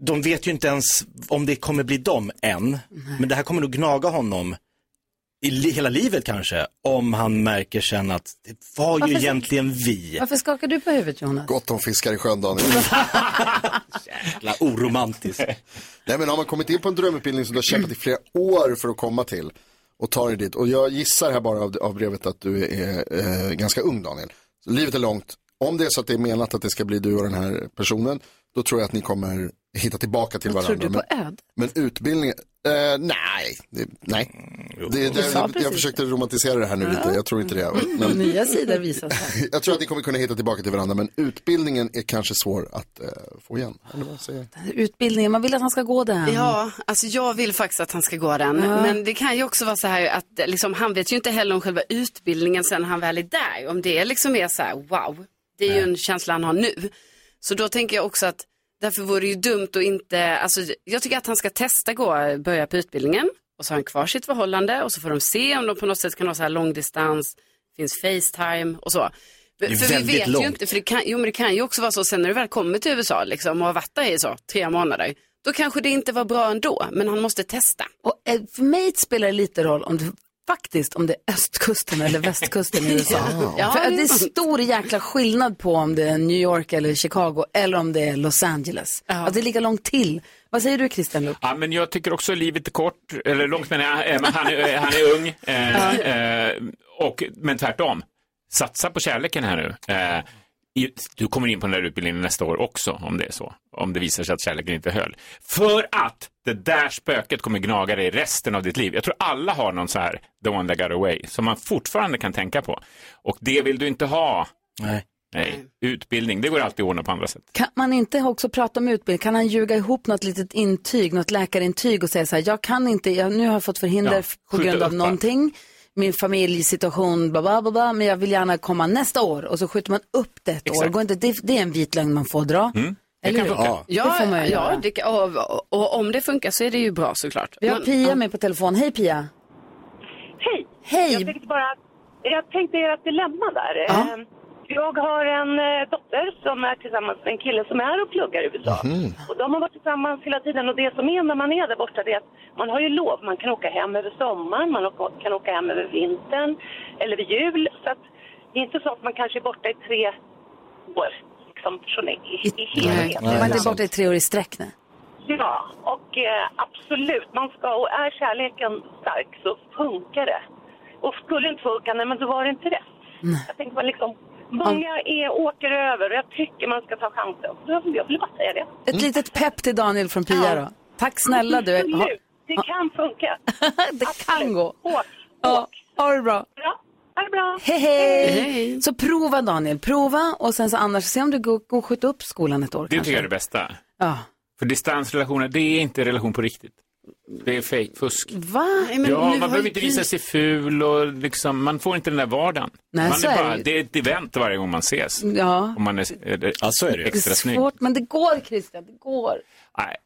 [SPEAKER 3] de vet ju inte ens om det kommer bli dem än. Men det här kommer nog gnaga honom i li, hela livet kanske. Om han märker sen att det var ju
[SPEAKER 1] Varför-
[SPEAKER 3] egentligen vi.
[SPEAKER 1] Varför skakar du på huvudet Jonas?
[SPEAKER 2] Gott om fiskar i sjön, Daniel.
[SPEAKER 3] Jävla oromantiskt.
[SPEAKER 2] Nej, men har man kommit in på en drömutbildning som du har kämpat i flera år för att komma till och tar dig dit. Och jag gissar här bara av, av brevet att du är eh, ganska ung, Daniel. Så livet är långt. Om det är så att det är menat att det ska bli du och den här personen, då tror jag att ni kommer hitta tillbaka till
[SPEAKER 1] Vad tror
[SPEAKER 2] varandra.
[SPEAKER 1] du på
[SPEAKER 2] men,
[SPEAKER 1] öd?
[SPEAKER 2] men utbildning, eh, nej. Det, nej. Det,
[SPEAKER 1] Mm, Du
[SPEAKER 2] det,
[SPEAKER 1] sa
[SPEAKER 2] jag, jag
[SPEAKER 1] precis Mm.
[SPEAKER 2] försökte romantisera det här nu lite, jag tror inte det. Men,
[SPEAKER 1] Nya sidor visas här.
[SPEAKER 2] jag tror att ni kommer kunna hitta tillbaka till varandra, men utbildningen är kanske svår att eh, få igen. Eller vad säger jag?
[SPEAKER 1] Utbildningen, man vill att han ska gå den.
[SPEAKER 4] Ja, alltså jag vill faktiskt att han ska gå den.
[SPEAKER 1] Ja.
[SPEAKER 4] Men det kan ju också vara så här att eh, liksom, han vet ju inte heller om själva utbildningen sen han väl är där. Om det liksom är så här, wow, det är ju en känsla han har nu. Så då tänker jag också att därför vore det ju dumt att inte, alltså jag tycker att han ska testa gå, börja på utbildningen och så har han kvar sitt förhållande och så får de se om de på något sätt kan ha så här långdistans, finns Facetime och så.
[SPEAKER 3] Det är
[SPEAKER 4] För vi
[SPEAKER 3] väldigt
[SPEAKER 4] vet
[SPEAKER 3] långt.
[SPEAKER 4] ju inte, för det kan, jo, men det kan ju också vara så sen när du väl kommer till USA liksom, och har varit där i så, tre månader, då kanske det inte var bra ändå, men han måste testa.
[SPEAKER 1] Och eh, för mig spelar det lite roll om det faktiskt om det är östkusten eller västkusten i USA.
[SPEAKER 4] Ja,
[SPEAKER 1] För att
[SPEAKER 4] det är
[SPEAKER 1] det är
[SPEAKER 4] sant.
[SPEAKER 1] stor jäkla skillnad på om det är New York eller Chicago eller om det är Los Angeles. Att det är lika långt till. Vad säger du Christian Luuk?
[SPEAKER 12] Ja, men jag tycker också livet är kort, eller långt menar jag, eh, men han är, han är ung. Eh, eh, och, men tvärtom, satsa på kärleken här nu. Eh, i- du kommer in på den där utbildningen nästa år också, om det är så. Om det visar sig att kärleken inte höll. För att det där spöket kommer gnaga dig resten av ditt liv. Jag tror alla har någon så här, the one that got away, som man fortfarande kan tänka på. Och det vill du inte ha.
[SPEAKER 3] Nej.
[SPEAKER 12] Nej. Utbildning, det går alltid att ordna på andra sätt.
[SPEAKER 1] Kan man inte också prata om utbildning? Kan han ljuga ihop något litet intyg, något läkarintyg och säga så här, jag kan inte, jag, nu har jag fått förhinder
[SPEAKER 12] Ja,
[SPEAKER 1] f- på
[SPEAKER 12] skjuta
[SPEAKER 1] grund
[SPEAKER 12] upp
[SPEAKER 1] av
[SPEAKER 12] allt.
[SPEAKER 1] någonting, min familjesituation, bla, bla, bla, bla, men jag vill gärna komma nästa år och så skjuter man upp det ett år.
[SPEAKER 4] Exakt. Mm.
[SPEAKER 1] Går inte, det, det är en vit lögn man får dra. Eller hur?
[SPEAKER 4] Ja,
[SPEAKER 1] det får man ju
[SPEAKER 4] ja
[SPEAKER 1] göra.
[SPEAKER 4] det, kan- och, och, och om det funkar så är det ju bra såklart.
[SPEAKER 1] Vi har
[SPEAKER 4] Men-
[SPEAKER 1] Pia med på telefon. Hej Pia!
[SPEAKER 9] Hej!
[SPEAKER 1] Hej!
[SPEAKER 9] Jag tänkte bara, jag tänkte ert dilemma där.
[SPEAKER 1] Ja.
[SPEAKER 9] Eh, Jag har en eh, dotter som är tillsammans med en kille som är och pluggar i USA.
[SPEAKER 1] Mhm.
[SPEAKER 9] Och de har varit tillsammans hela tiden och det som är när man är där borta det är att man har ju lov. Man kan åka hem över sommaren, man åka- kan åka hem över vintern eller vid jul. Så att det är inte så att man kanske är borta i tre år. Liksom, från i, i, i helhet.
[SPEAKER 1] Man var inte borta i tre år i sträck nu.
[SPEAKER 9] Ja, och eh, absolut. Man ska, och är kärleken stark så funkar det. Och skulle det inte funka, nej men då var det inte det. Jag tänkte bara liksom, många är, åker över och jag tycker man ska ta chansen. Så Jag vill- jag vill bara säga det.
[SPEAKER 1] Ett
[SPEAKER 12] Mm.
[SPEAKER 1] litet pepp till Daniel från Pia då. Tack snälla du. Ha,
[SPEAKER 9] Absolut, Mm, det kan funka.
[SPEAKER 1] det kan gå.
[SPEAKER 9] Hårt.
[SPEAKER 1] Ja, ha det bra.
[SPEAKER 9] Bra. Ha det bra.
[SPEAKER 1] Hej, hej. Så prova Daniel, prova och sen så annars se om du går går och skjuter upp skolan ett år
[SPEAKER 12] Det
[SPEAKER 1] kanske.
[SPEAKER 12] tycker jag är det bästa.
[SPEAKER 1] Ja.
[SPEAKER 12] För distansrelationer, det är inte relation på riktigt. Det är fake, fusk.
[SPEAKER 1] Va?
[SPEAKER 12] ja, man behöver inte visa sig ful och liksom, man får inte den där vardagen.
[SPEAKER 1] Nej,
[SPEAKER 12] man
[SPEAKER 1] så
[SPEAKER 12] är
[SPEAKER 1] är
[SPEAKER 12] bara,
[SPEAKER 1] det ju.
[SPEAKER 12] det är ett event varje gång man ses.
[SPEAKER 1] Ja.
[SPEAKER 12] Om man är, är det, ja, så är det.
[SPEAKER 1] Det
[SPEAKER 12] extra
[SPEAKER 1] är
[SPEAKER 12] snygg.
[SPEAKER 1] svårt, men det går Christian, det går.
[SPEAKER 12] Nej.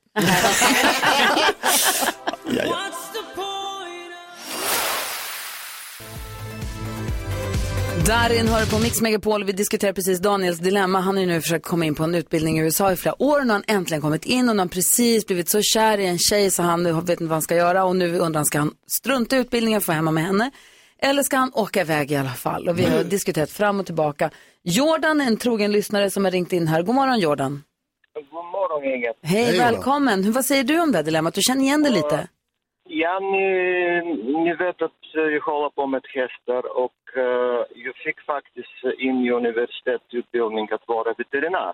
[SPEAKER 1] Darin hör på Mix Megapol. Vi diskuterar precis Daniels dilemma. Han har ju nu försökt komma in på en utbildning i USA i flera år. Nu har han äntligen kommit in och nu har han precis blivit så kär i en tjej så han vet inte vad han ska göra. Och nu undrar han, ska han strunta i utbildningen och få hemma med henne? Eller ska han åka iväg i alla fall? Och vi har diskuterat fram och tillbaka. Jordan är en trogen lyssnare som har ringt in här. God morgon Jordan.
[SPEAKER 14] God morgon gänget.
[SPEAKER 1] Hej, välkommen. Hur, vad säger du om det här dilemmat? Du känner igen det lite?
[SPEAKER 14] Ja, ni, ni vet att jag håller på med hästar och eh, jag fick faktiskt in i universitetsutbildning att vara veterinär.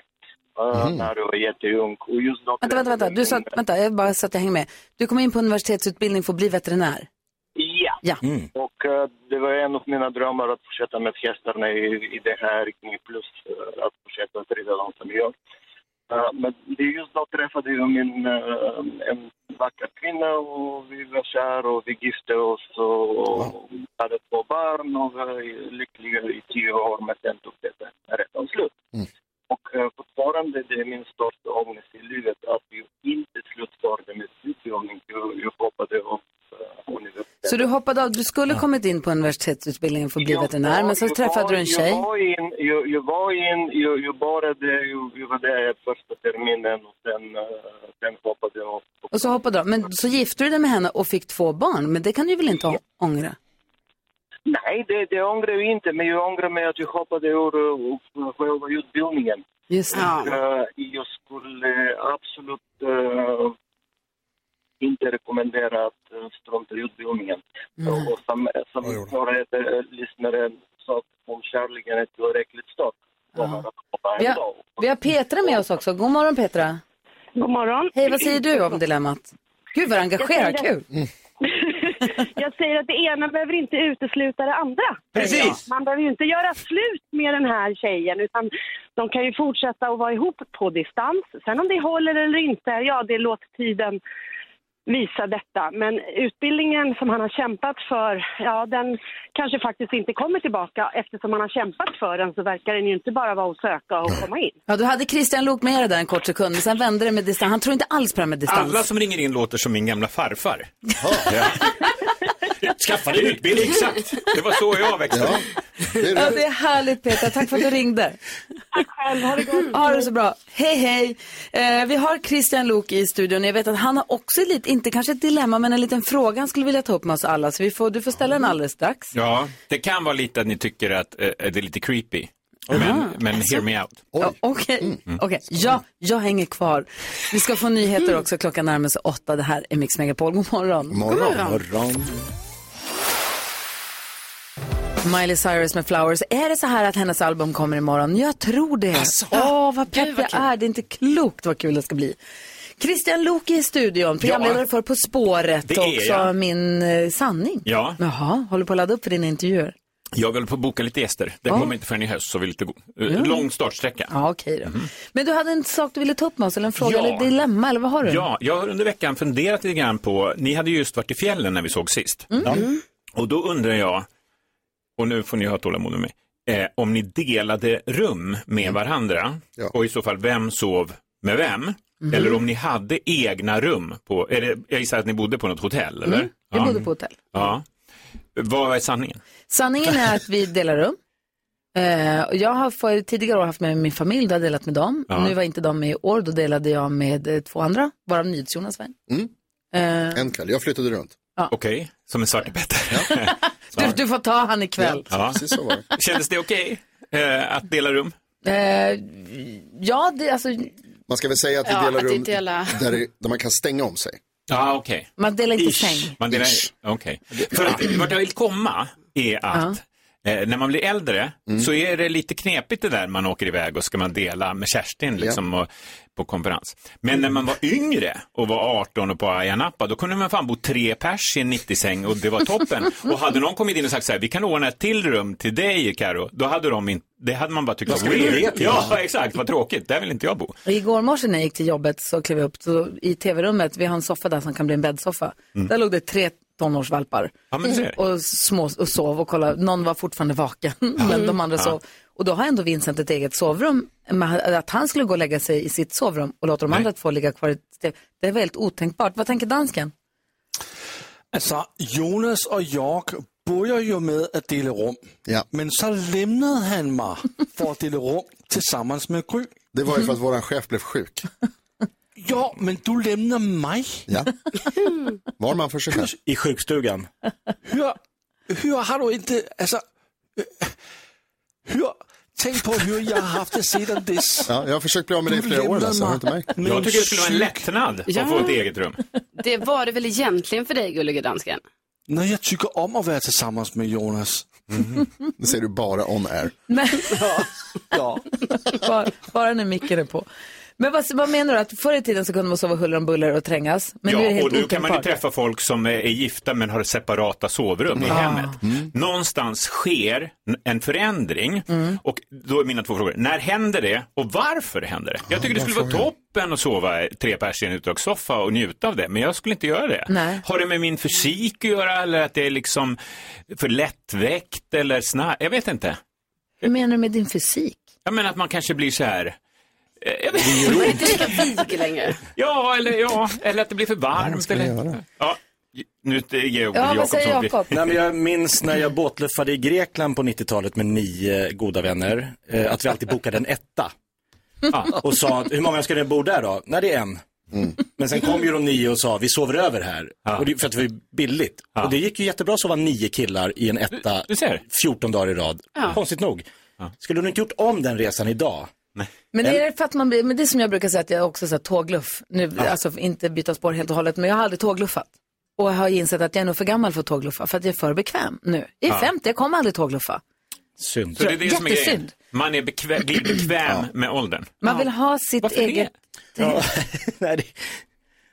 [SPEAKER 14] eh, när du var jätteung. Och just då...
[SPEAKER 1] Vänta, vänta, vänta. Du sa, vänta, jag bara så att jag hänger med. Du kom in på universitetsutbildning för att bli veterinär.
[SPEAKER 14] Ja.
[SPEAKER 1] Ja.
[SPEAKER 14] Och eh, det var en av mina drömmar att fortsätta med hästarna i, i den här riktningen, plus eh, att fortsätta att rida dem som jag gör. Eh, men det är just då träffade jag min, eh, en vacker kvinna och vi var kära och vi gifte oss och hade två barn och var lyckliga i tio år, men sen tog det rätt slut. Och eh, fortfarande det är min största ångest i livet att jag inte slutförde min utbildning. Jag, jag hoppade av eh, universitetet.
[SPEAKER 1] Så du hoppade av, du skulle kommit in på universitetsutbildningen för att bli veterinär,
[SPEAKER 14] Ja,
[SPEAKER 1] men så
[SPEAKER 14] jag
[SPEAKER 1] träffade
[SPEAKER 14] var-
[SPEAKER 1] du en tjej.
[SPEAKER 14] Jag var in, jag, jag var in, jag, jag började, jag, jag var där första terminen och sen, eh, sen hoppade jag av.
[SPEAKER 1] Och så hoppade du av. Men så gifte du dig med henne och fick två barn, men det kan du väl inte å- ångra?
[SPEAKER 14] Nej, det, det ångrar jag inte, men jag ångrar mig att jag hoppade ur uh, uh, själva utbildningen.
[SPEAKER 1] Just
[SPEAKER 14] Och, eh, jag skulle absolut eh, inte rekommendera att eh, strunta i utbildningen.
[SPEAKER 1] Mm.
[SPEAKER 14] Och som, som förra eh, lyssnaren sa, om kärleken är tillräckligt stor, kommer att hoppa
[SPEAKER 1] Vi
[SPEAKER 14] en
[SPEAKER 1] har,
[SPEAKER 14] dag.
[SPEAKER 1] vi har Petra med oss också. God morgon Petra.
[SPEAKER 9] God morgon.
[SPEAKER 1] Hej, vad säger du om dilemmat? Gud vad det engagerar,
[SPEAKER 9] Jag säger
[SPEAKER 1] kul.
[SPEAKER 9] det. Jag säger att det ena behöver inte utesluta det andra.
[SPEAKER 1] Precis.
[SPEAKER 9] Man behöver ju inte göra slut med den här tjejen utan de kan ju fortsätta att vara ihop på distans. Sen om det håller eller inte, ja det låter tiden visa detta. Men utbildningen som han har kämpat för, ja den kanske faktiskt inte kommer tillbaka. Eftersom han har kämpat för den så verkar den ju inte bara vara att söka och komma in.
[SPEAKER 1] Ja, du hade Christian Lok med dig där en kort sekund, men sen vände det med distans. Han tror inte alls på det här med distans.
[SPEAKER 12] Alla som ringer in låter som min gamla farfar. Ja.
[SPEAKER 3] Skaffa dig utbildning.
[SPEAKER 12] Exakt, det var så jag växte upp.
[SPEAKER 1] Ja, det är härligt Peter. Tack för att du ringde. Tack
[SPEAKER 9] själv. Ha det gott.
[SPEAKER 1] Ha det så bra. Hej, hej. Eh, vi har Christian Lok i studion. Jag vet att han har också lite, inte kanske ett dilemma, men en liten fråga han skulle vilja ta upp med oss alla. Så vi får, du får ställa den alldeles strax.
[SPEAKER 12] Ja, det kan vara lite att ni tycker att eh, det är lite creepy. Men, men hear me out.
[SPEAKER 1] Ja, Okej, Mm. Okej. ja, jag hänger kvar. Vi ska få nyheter också. Klockan närmar sig åtta. Det här är Mix Megapol. God morgon. Miley Cyrus med Flowers. Är det så här att hennes album kommer imorgon? Jag tror det. Åh,
[SPEAKER 12] Alltså,
[SPEAKER 1] vad pepp jag är. Det är inte klokt vad kul det ska bli. Christian Lok är i studion, programledare
[SPEAKER 12] Ja.
[SPEAKER 1] för På spåret
[SPEAKER 12] Det
[SPEAKER 1] och
[SPEAKER 12] är
[SPEAKER 1] också
[SPEAKER 12] jag.
[SPEAKER 1] Min eh, sanning.
[SPEAKER 12] Ja.
[SPEAKER 1] Jaha, håller på att ladda upp för dina intervjuer.
[SPEAKER 12] Jag vill på att boka lite gäster. Det
[SPEAKER 1] Ja.
[SPEAKER 12] kommer inte förrän i höst, så vi är lite go- eh,
[SPEAKER 1] Ja.
[SPEAKER 12] lång startsträcka. Mm.
[SPEAKER 1] Ja, okej då. Men du hade en sak du ville ta upp med oss, eller en fråga,
[SPEAKER 12] Ja.
[SPEAKER 1] eller ett dilemma, eller vad har du?
[SPEAKER 12] Ja, jag har under veckan funderat lite grann på, ni hade just varit i fjällen när vi såg sist.
[SPEAKER 1] Mm.
[SPEAKER 12] Ja. Och då undrar jag, och nu får ni ha tålamod med mig, eh, om ni delade rum
[SPEAKER 1] Mm.
[SPEAKER 12] med varandra och i så fall vem sov med vem?
[SPEAKER 1] Mm.
[SPEAKER 12] Eller om ni hade egna rum på, är det, jag gissar att ni bodde på något hotell eller?
[SPEAKER 1] Mm, Vi bodde på hotell.
[SPEAKER 12] Ja. Vad är sanningen?
[SPEAKER 1] Sanningen är att vi delar rum. Eh, och jag har för, tidigare år haft med min familj, då har jag delat med dem.
[SPEAKER 2] Ja.
[SPEAKER 1] Nu var inte de med i år, då delade jag med eh, två andra, varav NyhetsJonas vän.
[SPEAKER 2] Mm.
[SPEAKER 1] Eh,
[SPEAKER 2] En kväll, jag flyttade runt.
[SPEAKER 1] Ja.
[SPEAKER 12] Okej, som en Svarte Petter.
[SPEAKER 1] du, du får ta han ikväll.
[SPEAKER 12] Ja. Kändes det okej eh, att dela rum?
[SPEAKER 1] Eh, ja, det, alltså,
[SPEAKER 2] Man ska väl säga att vi
[SPEAKER 1] Ja,
[SPEAKER 2] delar
[SPEAKER 1] att vi
[SPEAKER 2] rum
[SPEAKER 1] delar-
[SPEAKER 2] Där, det- där man kan stänga om sig.
[SPEAKER 12] Ja, okej.
[SPEAKER 1] man delar inte säng.
[SPEAKER 12] Man delar, okej. För att, vart jag vill komma är att eh, när man blir äldre
[SPEAKER 3] Mm.
[SPEAKER 12] så är det lite knepigt det där man åker iväg och ska man dela med Kerstin liksom, och, på konferens. Men när man var yngre och var 18 och på Ayia Napa då kunde man fan bo tre pers i en 90-säng och det var toppen. och hade någon kommit in och sagt så här, vi kan ordna ett till rum till dig Karo, då hade de inte det hade man bara tyckt
[SPEAKER 3] Vad
[SPEAKER 12] var
[SPEAKER 3] ska vi
[SPEAKER 12] weird.
[SPEAKER 3] det till?
[SPEAKER 12] Ja, exakt. Vad tråkigt. Där vill inte jag bo.
[SPEAKER 1] Igår morse när jag gick till jobbet så klev jag upp så, i tv-rummet, vi har en soffa där som kan bli en bäddsoffa.
[SPEAKER 12] Mm.
[SPEAKER 1] Där låg det tre tonårsvalpar
[SPEAKER 12] Ja, men du ser.
[SPEAKER 1] och, små, och sov och kollade. Någon var fortfarande vaken, men de andra
[SPEAKER 12] Ja.
[SPEAKER 1] sov. Och då har ändå Vincent ett eget sovrum. Men han- Att han skulle gå och lägga sig i sitt sovrum och låta de andra två ligga kvar i det- det var helt otänkbart. Vad tänker dansken?
[SPEAKER 5] Altså, Jonas og York börjar ju med att dela rum. Men så lämnade han mig för att dela rum tillsammans med Gry.
[SPEAKER 2] Det var ju för att vår chef blev sjuk.
[SPEAKER 5] Ja, men du lämnar mig.
[SPEAKER 2] Ja. Var man för sig själv.
[SPEAKER 3] I sjukstugan.
[SPEAKER 5] Hur, hur har du inte, alltså, øh, hur, tänk på hur jag har haft det sedan dess.
[SPEAKER 2] Ja, jag har försökt bli av med dig i
[SPEAKER 5] Du
[SPEAKER 2] flera år,
[SPEAKER 5] lämnar
[SPEAKER 2] Lasse. Har du
[SPEAKER 5] mig.
[SPEAKER 2] inte märkt?
[SPEAKER 5] Jag tycker det skulle vara en
[SPEAKER 12] lättnad
[SPEAKER 5] att Ja. få ett eget rum.
[SPEAKER 4] Det var det väl egentligen för dig, gullige dansken?
[SPEAKER 5] När jag tycker om att vara tillsammans med Jonas.
[SPEAKER 2] Mm-hmm. Nu säger du bara on air.
[SPEAKER 1] Men,
[SPEAKER 2] Ja.
[SPEAKER 1] bara, bara när micken är på. Men vad, vad menar du? Att förr i tiden så kunde man sova huller om buller och trängas. Men
[SPEAKER 12] ja,
[SPEAKER 1] nu är det helt
[SPEAKER 12] och nu kan man ju
[SPEAKER 1] otänkbart.
[SPEAKER 12] träffa folk som är är gifta men har separata sovrum i
[SPEAKER 1] Ah.
[SPEAKER 12] hemmet. Någonstans sker n- en förändring
[SPEAKER 1] Mm.
[SPEAKER 12] och då är mina två frågor, när händer det och varför händer det? Jag tycker det skulle vara toppen att sova tre pers i en utdragssoffa och njuta av det, men jag skulle inte göra det.
[SPEAKER 1] Nej.
[SPEAKER 12] Har det med min fysik att göra eller att det är liksom för lättväckt eller snabbt? Jag vet inte.
[SPEAKER 1] Hur menar du med din fysik?
[SPEAKER 12] Jag menar att man kanske blir så här, eh, jag vet
[SPEAKER 4] Du var inte lika pigg längre.
[SPEAKER 12] Ja, eller, ja, eller att det blir för varmt. Eller... Ja, nu eh, ger jag
[SPEAKER 4] Ja, vad säger
[SPEAKER 3] som-
[SPEAKER 4] Jakob?
[SPEAKER 3] Nej, men jag minns när jag båtluffade i Grekland på 90-talet med nio goda vänner, eh, att vi alltid bokade en etta.
[SPEAKER 2] Ah.
[SPEAKER 12] Ja.
[SPEAKER 3] Och sa, att, hur många ska det bo där då? Nej, det är en.
[SPEAKER 2] Mm.
[SPEAKER 3] Men sen kom ju de nio och sa, vi sover över här.
[SPEAKER 2] Ah.
[SPEAKER 3] Och det, för att det var billigt. Och det gick ju jättebra att sova nio killar i en etta 14 dagar i rad.
[SPEAKER 4] Ah.
[SPEAKER 1] Ja.
[SPEAKER 3] Konstigt nog.
[SPEAKER 2] Ah.
[SPEAKER 3] Skulle du inte gjort om den resan idag? Nej.
[SPEAKER 1] Men är det för att man blir, men det är som jag brukar säga att jag också så här, tågluff, nu,
[SPEAKER 3] Ja.
[SPEAKER 1] alltså inte byta spår helt och hållet, men jag har aldrig tågluffat. Och jag har insett att jag är nog för gammal för att tågluffa, för att jag är för bekväm nu. Jag är
[SPEAKER 12] Ja.
[SPEAKER 1] 50, jag kommer aldrig tågluffa.
[SPEAKER 3] Synd.
[SPEAKER 12] Så det är det som är grejen.
[SPEAKER 1] Jättesynd.
[SPEAKER 12] Man är bekvä- blir bekväm med åldern.
[SPEAKER 1] Man vill ha sitt eget...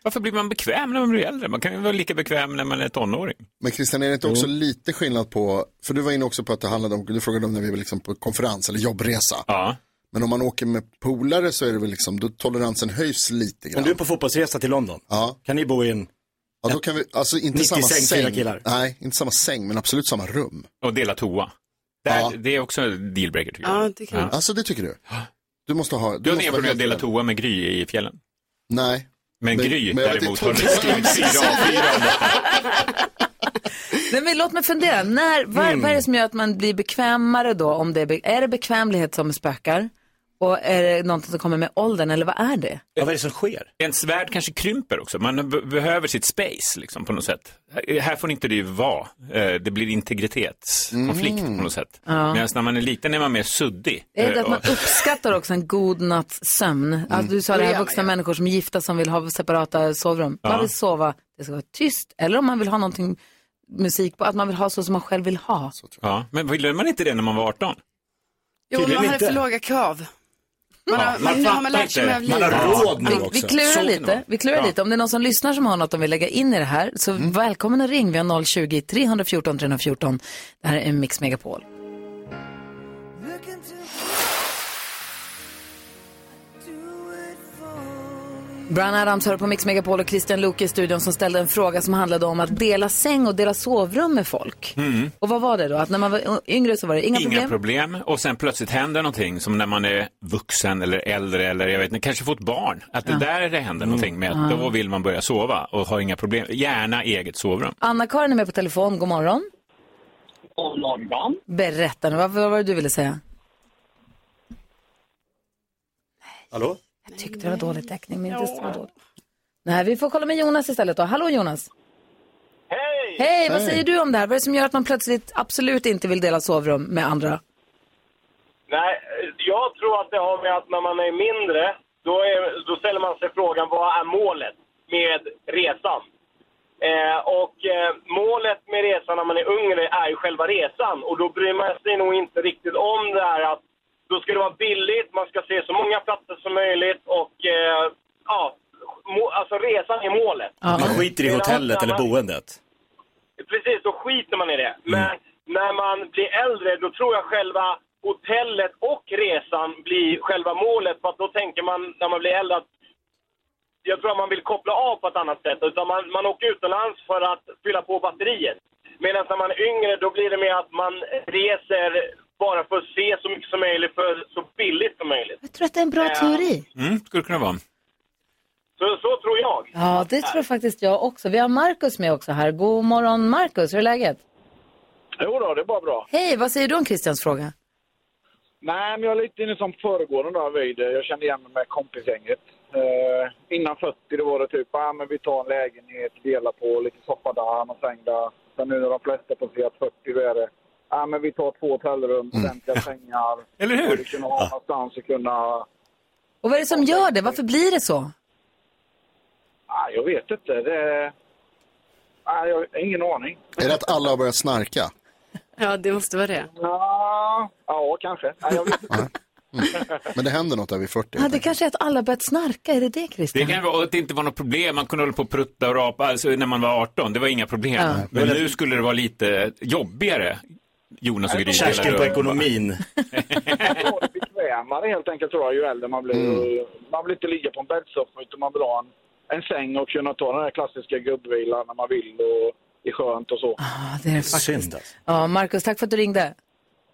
[SPEAKER 12] Varför blir man bekväm när man blir äldre? Man kan ju vara lika bekväm när man är tonåring.
[SPEAKER 2] Men Christian, är det inte också lite skillnad på, för du var inne också på att det handlade om, du frågade om när vi var liksom på konferens eller jobbresa. Men om man åker med polare så är det väl liksom, då toleransen höjs lite grann.
[SPEAKER 3] Om du är på fotbollsresa till London, kan ni bo i en...
[SPEAKER 2] Ja, då kan vi, alltså inte
[SPEAKER 3] 90
[SPEAKER 2] samma
[SPEAKER 3] säng,
[SPEAKER 2] säng.
[SPEAKER 3] fyra killar.
[SPEAKER 2] Nej, inte samma säng, men absolut samma rum.
[SPEAKER 12] Och dela toa. Där, Det är också en dealbreaker tycker jag.
[SPEAKER 2] Alltså det tycker du? Du måste ha...
[SPEAKER 12] Du har
[SPEAKER 2] måste
[SPEAKER 12] inga
[SPEAKER 2] vara
[SPEAKER 12] problem att
[SPEAKER 2] helt
[SPEAKER 12] dela
[SPEAKER 2] överens.
[SPEAKER 12] toa med Gry i fjällen?
[SPEAKER 2] Nej.
[SPEAKER 12] Men
[SPEAKER 2] Men-
[SPEAKER 12] Gry
[SPEAKER 2] men jag vet
[SPEAKER 12] däremot
[SPEAKER 2] inte-
[SPEAKER 12] har det skrivit fyra av fyra.
[SPEAKER 1] Nej, men låt mig fundera, när, var,
[SPEAKER 12] Mm.
[SPEAKER 1] vad är det som gör att man blir bekvämare då? Om det är, be, är det bekvämlighet som spökar? Och är det någonting som kommer med åldern, eller vad är det?
[SPEAKER 3] Ja, vad är det som sker?
[SPEAKER 12] Ens värld kanske krymper också. Man be- behöver sitt space liksom, på något sätt. Här- Här får inte det vara. Eh, Det blir integritetskonflikt
[SPEAKER 3] Mm.
[SPEAKER 12] på något sätt.
[SPEAKER 1] Ja.
[SPEAKER 12] Medan när man är liten är man mer suddig.
[SPEAKER 1] Är det
[SPEAKER 12] Eh,
[SPEAKER 1] att man
[SPEAKER 12] och-
[SPEAKER 1] uppskattar också en god natts sömn? Alltså, du sa
[SPEAKER 4] Det
[SPEAKER 1] det
[SPEAKER 4] gör
[SPEAKER 1] här
[SPEAKER 4] man
[SPEAKER 1] vuxna människor som är gifta som vill ha separata sovrum.
[SPEAKER 4] Ja.
[SPEAKER 1] Man vill sova, det ska vara tyst. Eller om man vill ha någonting, musik på, att man vill ha så som man själv vill ha.
[SPEAKER 12] Ja, men ville man inte det när man var 18?
[SPEAKER 4] Jo, man
[SPEAKER 12] Tydligen
[SPEAKER 4] hade
[SPEAKER 12] inte.
[SPEAKER 4] för låga krav. Man
[SPEAKER 12] Ja,
[SPEAKER 4] har,
[SPEAKER 12] man
[SPEAKER 4] man, nu har man
[SPEAKER 12] fattar
[SPEAKER 4] lärt sig
[SPEAKER 12] inte.
[SPEAKER 4] med
[SPEAKER 12] Man har
[SPEAKER 4] livet.
[SPEAKER 12] råd nu
[SPEAKER 4] Vi-
[SPEAKER 1] Vi
[SPEAKER 12] också.
[SPEAKER 1] klurar
[SPEAKER 12] Så kan det
[SPEAKER 1] lite.
[SPEAKER 12] vara.
[SPEAKER 1] Vi klurar
[SPEAKER 12] Ja. Mm.
[SPEAKER 1] lite. Om det är någon som lyssnar som har något de vill lägga in i det här så välkommen och ring. Vi har 020-314 314. Det här är Mix Megapol. Brian Adams hör på Mix Megapol och Christian Luuk i studion som ställde en fråga som handlade om att dela säng och dela sovrum med folk. Mm. Och vad var det då? Att när man var yngre så var det inga, problem.
[SPEAKER 12] Och sen plötsligt händer någonting som när man är vuxen eller äldre eller jag vet inte, kanske fått barn. Att det där det händer någonting med att
[SPEAKER 1] Mm. Ja.
[SPEAKER 12] då vill man börja sova och har inga problem. Gärna eget sovrum.
[SPEAKER 1] Anna-Karin är med på telefon. God morgon.
[SPEAKER 13] God morgon.
[SPEAKER 1] Berätta nu, vad vad var det du ville säga?
[SPEAKER 3] Hallå?
[SPEAKER 1] Jag tyckte det var dålig
[SPEAKER 4] Eh,
[SPEAKER 1] täckning, men inte så var dåligt. Nej, vi får kolla med Jonas istället då. Hallå Jonas! Hej! Hej, vad
[SPEAKER 15] Hej.
[SPEAKER 1] säger du om det här? Vad är det som gör att man plötsligt absolut inte vill dela sovrum med andra?
[SPEAKER 15] Nej, jag tror att det har med att när man är mindre, då, är, då ställer man sig frågan vad är målet med resan? Eh, och eh, målet med resan när man är yngre är ju själva resan och då bryr man sig nog inte riktigt om det här att då ska det vara billigt, man ska se så många platser som möjligt och eh, ja, må, alltså resan är målet.
[SPEAKER 3] Man skiter i hotellet eller boendet.
[SPEAKER 15] Precis, då skiter man i det. Men när man blir äldre, då tror jag själva hotellet och resan blir själva målet. För att då tänker man när man blir äldre att jag tror att man vill koppla av på ett annat sätt. Utan man, man åker utomlands för att fylla på batteriet. Medan när man är yngre, då blir det mer att man reser bara för att se så mycket som möjligt för så billigt som möjligt.
[SPEAKER 1] Jag tror att det är en bra teori.
[SPEAKER 12] Mm, skulle det kunna vara.
[SPEAKER 15] Så, så tror jag.
[SPEAKER 1] Ja, det tror faktiskt jag också. Vi har Markus med också här. God morgon Markus, hur är läget?
[SPEAKER 16] Jo då, det är bara bra.
[SPEAKER 1] Hej, vad säger du om Christians fråga?
[SPEAKER 16] Nej, men jag är lite inne som föregående där vid. Jag kände igen mig med kompisgänget. Eh, innan 40 då var det typ, ah, men vi tar en lägenhet, delar på lite soffadarm och sängdar. Sen nu när de flesta passerat 40 då är det, ah, men vi tar två hotellrum, ordentliga sängar.
[SPEAKER 12] Eller hur?
[SPEAKER 16] Och kunna ha någonstans och kunna,
[SPEAKER 1] Och vad är det som gör det? Varför blir det så?
[SPEAKER 16] ah, jag vet inte. Det, ah, jag har ingen aning.
[SPEAKER 2] Är det att alla har börjat snarka?
[SPEAKER 4] Ja, det måste vara det.
[SPEAKER 16] Ja, ja kanske. Ja, jag vet inte.
[SPEAKER 2] Mm. Men det händer något där vid 40.
[SPEAKER 1] Ja, det kanske är att alla börjat snarka, är det det Christian?
[SPEAKER 12] Det kan vara att det inte var något problem, man kunde hålla på och prutta och rapa alltså, när man var 18, det var inga problem.
[SPEAKER 1] Ja.
[SPEAKER 12] Men nu skulle det vara lite jobbigare, Jonas och Gry.
[SPEAKER 3] Kerstin
[SPEAKER 12] delar
[SPEAKER 3] på
[SPEAKER 12] rum.
[SPEAKER 3] ekonomin.
[SPEAKER 16] bekvämare helt enkelt tror jag ju äldre man blir. Man vill inte ligga på en bäddsoffa utan man vill ha en, en säng och kunna ta den här klassiska gubbvilan när man vill och det är skönt och så.
[SPEAKER 12] Ah,
[SPEAKER 1] Ja, det är det faktiskt.
[SPEAKER 16] Synd
[SPEAKER 1] Ja, Markus, tack för att du ringde.